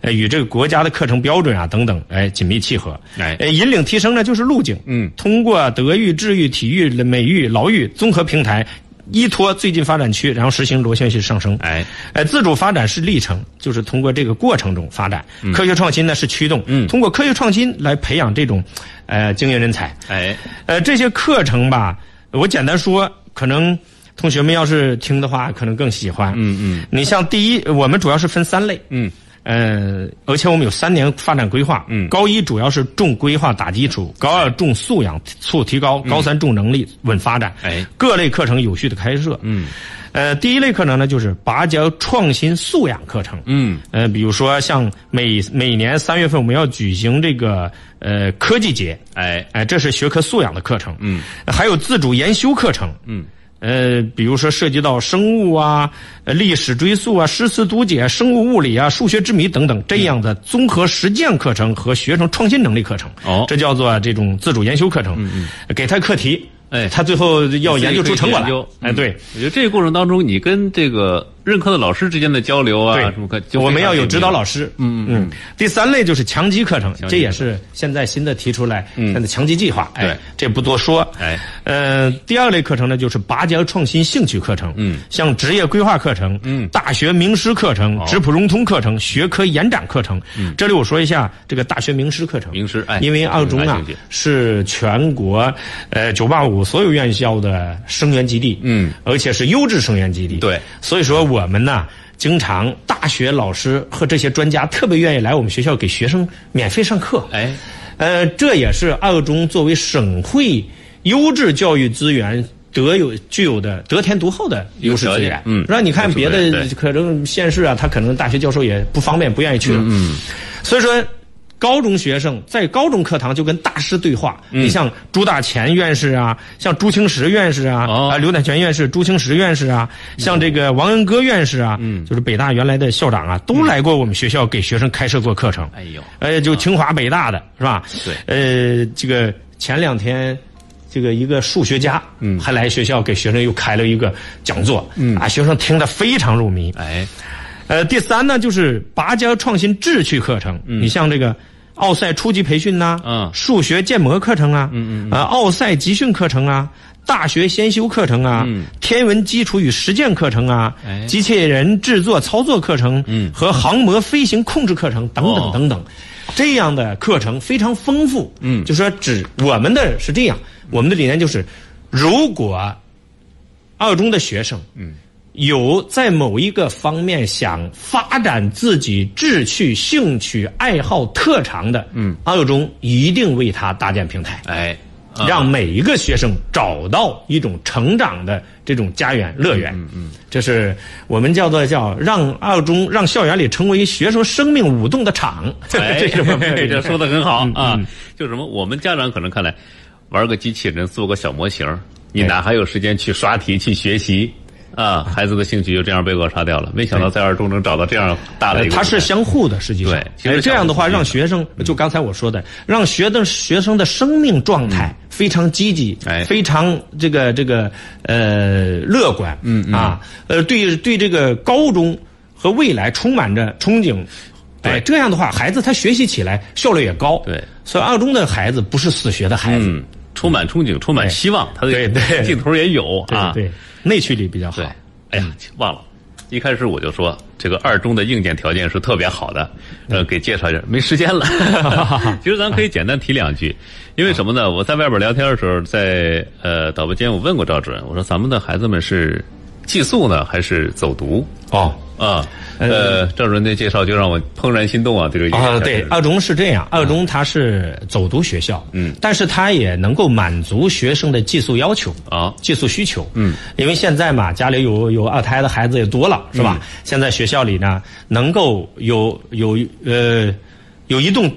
Speaker 3: 呃，与这个国家的课程标准啊等等，哎，紧密契合。
Speaker 2: 哎
Speaker 3: 呃，引领提升呢就是路径，
Speaker 2: 嗯
Speaker 3: 通过德育、智育、体育、美育、劳育综合平台，依托最近发展区，然后实行螺旋式上升。
Speaker 2: 哎，
Speaker 3: 呃，自主发展是历程，就是通过这个过程中发展。科学创新呢是驱动，
Speaker 2: 嗯
Speaker 3: 通过科学创新来培养这种，呃，精英人才。
Speaker 2: 哎，
Speaker 3: 呃，这些课程吧，我简单说，可能同学们要是听的话，可能更喜欢。
Speaker 2: 嗯嗯，
Speaker 3: 你像第一，我们主要是分三类。
Speaker 2: 嗯。
Speaker 3: 呃，而且我们有三年发展规划，
Speaker 2: 嗯
Speaker 3: 高一主要是重规划打基础，高二重素养促提高，高三重能力稳发展，
Speaker 2: 嗯哎
Speaker 3: 各类课程有序的开设，
Speaker 2: 嗯，
Speaker 3: 呃，第一类课程呢就是拔尖创新素养课程，
Speaker 2: 嗯，
Speaker 3: 呃，比如说像每每年三月份我们要举行这个呃科技节，
Speaker 2: 哎，
Speaker 3: 哎，这是学科素养的课程。
Speaker 2: 嗯，
Speaker 3: 还有自主研修课程。
Speaker 2: 嗯，
Speaker 3: 呃，比如说涉及到生物啊、呃历史追溯啊、诗词读解、生物物理啊、数学之谜等等
Speaker 2: 嗯
Speaker 3: 这样的综合实践课程和学生创新能力课程。
Speaker 2: 哦
Speaker 3: 这叫做这种自主研修课程。嗯嗯，给他课题，
Speaker 2: 哎
Speaker 3: 他最后要研究出成果来
Speaker 2: 自己可以去研究。
Speaker 3: 哎，对。
Speaker 2: 嗯我觉得这个过程当中，你跟这个任课的老师之间的交流啊，
Speaker 3: 对
Speaker 2: 什么可，就非常
Speaker 3: 我们要有指导
Speaker 2: 紧密
Speaker 3: 老师。嗯嗯。第三类就是强基课程，
Speaker 2: 基
Speaker 3: 这也是现在新的提出来，现在强基计划。
Speaker 2: 嗯对
Speaker 3: 哎，这不多说。
Speaker 2: 哎，
Speaker 3: 呃，第二类课程呢就是拔尖创新兴趣课程。
Speaker 2: 嗯，
Speaker 3: 像职业规划课程、嗯，大学名师课
Speaker 2: 哦
Speaker 3: 程、质朴融通课程、学科延展课程。嗯，这里我说一下这个大学名师课程。
Speaker 2: 名师哎
Speaker 3: 因为二中
Speaker 2: 感
Speaker 3: 啊
Speaker 2: 兴趣
Speaker 3: 是全国呃九八五所有院校的生源基地。
Speaker 2: 嗯，
Speaker 3: 而且是优质生源基地。
Speaker 2: 对。
Speaker 3: 所以说我们呢，经常大学老师和这些专家特别愿意来我们学校给学生免费上课。
Speaker 2: 哎，
Speaker 3: 呃，这也是二中作为省会优质教育资源。得有具有的得天独厚的优势资
Speaker 2: 有条
Speaker 3: 源
Speaker 2: 件，嗯
Speaker 3: 让你看别
Speaker 2: 有
Speaker 3: 的
Speaker 2: 条件对嗯
Speaker 3: 可能县市啊，他可能大学教授也不方便，不愿意去了，嗯，所以说高中学生在高中课堂就跟大师对话，
Speaker 2: 嗯
Speaker 3: 你像朱大前院士啊，像朱清时院士啊，
Speaker 2: 哦
Speaker 3: 啊刘乃全院士、朱清时院士啊，像这个王恩戈院士啊，
Speaker 2: 嗯
Speaker 3: 就是北大原来的校长啊，都来过我们学校给学生开设过课程。
Speaker 2: 哎呦，
Speaker 3: 呃，就清华北大的是吧？
Speaker 2: 对
Speaker 3: 呃，这个前两天。这个一个数学家，
Speaker 2: 嗯
Speaker 3: 还来学校给学生又开了一个讲座，
Speaker 2: 嗯
Speaker 3: 啊，学生听得非常入迷。
Speaker 2: 哎，
Speaker 3: 呃，第三呢，就是拔尖创新志趣课程。你像这个奥赛初级培训呐、
Speaker 2: 嗯
Speaker 3: 数学建模课程啊，嗯嗯，呃，奥赛集训课程啊，大学先修课程啊，
Speaker 2: 嗯
Speaker 3: 天文基础与实践课程啊，
Speaker 2: 哎
Speaker 3: 机器人制作操作课程，
Speaker 2: 嗯
Speaker 3: 和航模飞行控制课程等
Speaker 2: 哦
Speaker 3: 等等等。这样的课程非常丰富，
Speaker 2: 嗯
Speaker 3: 就说只我们的是这样，我们的理念就是，如果二中的学生，嗯，有在某一个方面想发展自己志趣、兴趣、爱好、特长的，嗯，二中一定为他搭建平台，
Speaker 2: 哎，啊
Speaker 3: 让每一个学生找到一种成长的这种家园乐园。嗯嗯，这是我们叫做叫让二中让校园里成为学生生命舞动的场。
Speaker 2: (laughs) 哎，
Speaker 3: (laughs) 这是我们的理念
Speaker 2: 这说的很好
Speaker 3: 嗯
Speaker 2: 啊
Speaker 3: 嗯。
Speaker 2: 就什么，我们家长可能看来，玩个机器人，做个小模型儿，你哪还有时间去刷题去学习啊？孩子的兴趣就这样被扼杀掉了。没想到在二中能找到这样大的一个舞台，
Speaker 3: 呃它是相互的，实际上。
Speaker 2: 对其实
Speaker 3: 哎这样的话，
Speaker 2: 相互
Speaker 3: 让
Speaker 2: 的嗯
Speaker 3: 学生就刚才我说的，让学的学生的生命状态非常积极，
Speaker 2: 嗯哎
Speaker 3: 非常这个这个呃乐观，嗯啊，呃，对对这个高中和未来充满着憧憬。
Speaker 2: 对
Speaker 3: 哎，这样的话，孩子他学习起来效率也高。
Speaker 2: 对
Speaker 3: 所以二中的孩子不是死学的孩子，
Speaker 2: 嗯，充满憧憬，充满希望，他的
Speaker 3: 哎对对
Speaker 2: 劲头也有啊。
Speaker 3: 对对，内驱力比较好
Speaker 2: 对。，哎呀，忘了。一开始我就说，这个二中的硬件条件是特别好的，呃，给介绍一下，没时 (laughs) 间了。其实咱可以简单提两句，因为什么呢？我在外边聊天的时候，在呃导播间我问过赵主任，我说咱们的孩子们是寄宿呢，还是走读
Speaker 3: 哦，
Speaker 2: 啊？呃，赵主任的介绍就让我怦然心动啊，这个硬件条
Speaker 3: 啊，
Speaker 2: 件
Speaker 3: 对，二中是这样，二中它是走读学校，
Speaker 2: 嗯
Speaker 3: 但是它也能够满足学生的寄宿要求。
Speaker 2: 啊，
Speaker 3: 寄宿需求，
Speaker 2: 嗯，
Speaker 3: 因为现在嘛，家里有有二胎的孩子也多了，是吧？现在学校里呢，能够有有呃有一栋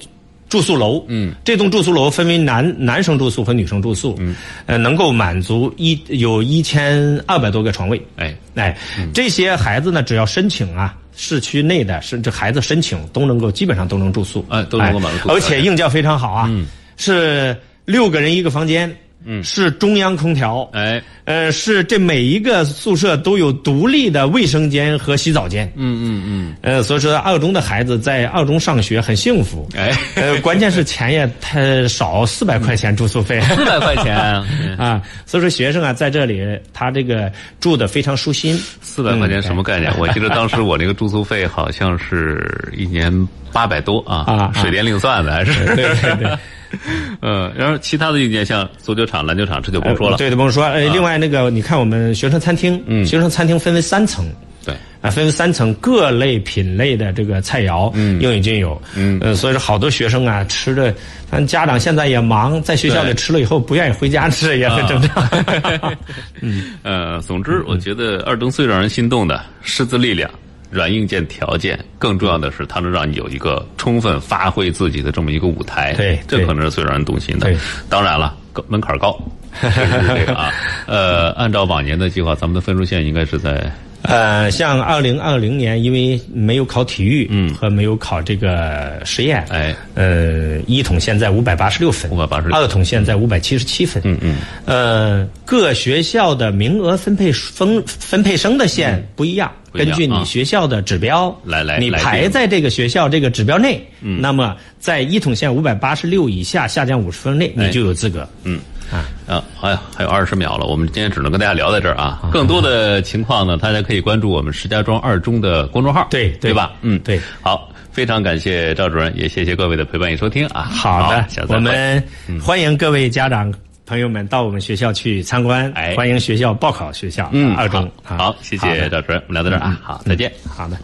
Speaker 3: 住宿楼，
Speaker 2: 嗯，
Speaker 3: 这栋住宿楼分为男男生住宿和女生住宿，嗯，呃，能够满足一有一千二百多个床位，
Speaker 2: 哎，
Speaker 3: 哎，这些孩子呢，只要申请啊，市区内的甚至孩子申请都能够，基本上都能住宿，
Speaker 2: 哎都能够满足嗯
Speaker 3: 而且硬件非常好啊，是六个人一个房间，嗯，是中央空调，
Speaker 2: 哎，
Speaker 3: 呃，是这每一个宿舍都有独立的卫生间和洗澡间，
Speaker 2: 嗯嗯嗯，
Speaker 3: 呃，所以说二中的孩子在二中上学很幸福，
Speaker 2: 哎
Speaker 3: 呃，关键是钱也太少，四百块钱住宿费，
Speaker 2: (laughs) 四百块钱， (laughs)
Speaker 3: 啊，所以说学生啊，在这里他这个住的非常舒心。嗯
Speaker 2: 四百块钱什么概念？我记得当时我那个住宿费好像是一年八百多啊
Speaker 3: 啊，
Speaker 2: 水电另算的还是？对
Speaker 3: 对对。
Speaker 2: (laughs) 嗯，然后其他的硬件像足球场、篮球场，这就不说了。
Speaker 3: 呃对的，不用说。呃，
Speaker 2: 啊
Speaker 3: 另外那个，你看我们学生餐厅，
Speaker 2: 嗯
Speaker 3: 学生餐厅分为三层。
Speaker 2: 对
Speaker 3: 啊，分为三层，各类品类的这个菜肴，嗯，应有尽有，
Speaker 2: 嗯
Speaker 3: 呃，所以说好多学生啊，吃的，咱家长现在也忙，在学校
Speaker 2: 对啊
Speaker 3: 里吃了以后不愿意回家吃，也很正常。 (laughs)
Speaker 2: (laughs) 呃，总之，我觉得二中最让人心动的师资力量、软硬件条件，更重要的是它能让你有一个充分发挥自己的这么一个舞台。
Speaker 3: 对
Speaker 2: 这
Speaker 3: 对
Speaker 2: 可能是最让人动心的
Speaker 3: 对。
Speaker 2: 当然了，高门槛
Speaker 3: (laughs)
Speaker 2: 高，这是这个啊。呃，按照往年的计划，咱们的分数线应该是在
Speaker 3: 呃，像二零二零年，因为没有考体育，
Speaker 2: 嗯
Speaker 3: 和没有考这个实验，
Speaker 2: 哎
Speaker 3: 呃，一统现在五百八十六分，
Speaker 2: 586
Speaker 3: 二统现在五百七十七分，嗯嗯，呃，各学校的名额分配分分配生的线不一样，
Speaker 2: 嗯不一样
Speaker 3: 根据
Speaker 2: 啊
Speaker 3: 你学校的指标
Speaker 2: 来来
Speaker 3: 你
Speaker 2: 来
Speaker 3: 排
Speaker 2: 定
Speaker 3: 在这个学校这个指标内，嗯，那么在一统线五百八十六以下下降五十分内，
Speaker 2: 哎
Speaker 3: 你就有资格，
Speaker 2: 嗯
Speaker 3: 啊。
Speaker 2: 啊，还有还有二十秒了，我们今天只能跟大家聊到这儿啊。更多的情况呢，大家可以关注我们石家庄二中的公众号，
Speaker 3: 对
Speaker 2: 对
Speaker 3: 对
Speaker 2: 吧？嗯，
Speaker 3: 对。
Speaker 2: 好，非常感谢赵主任，也谢谢各位的陪伴与收听啊。
Speaker 3: 好的，
Speaker 2: 下次再会
Speaker 3: 我们欢迎各位家长朋友们到我们学校去参观，
Speaker 2: 哎
Speaker 3: 欢迎学校报考学校，
Speaker 2: 嗯
Speaker 3: 二中。
Speaker 2: 好，
Speaker 3: 啊
Speaker 2: 好谢
Speaker 3: 好的
Speaker 2: 啊
Speaker 3: 嗯
Speaker 2: 谢赵主任，我们聊到这儿啊，好，再见。
Speaker 3: 好的。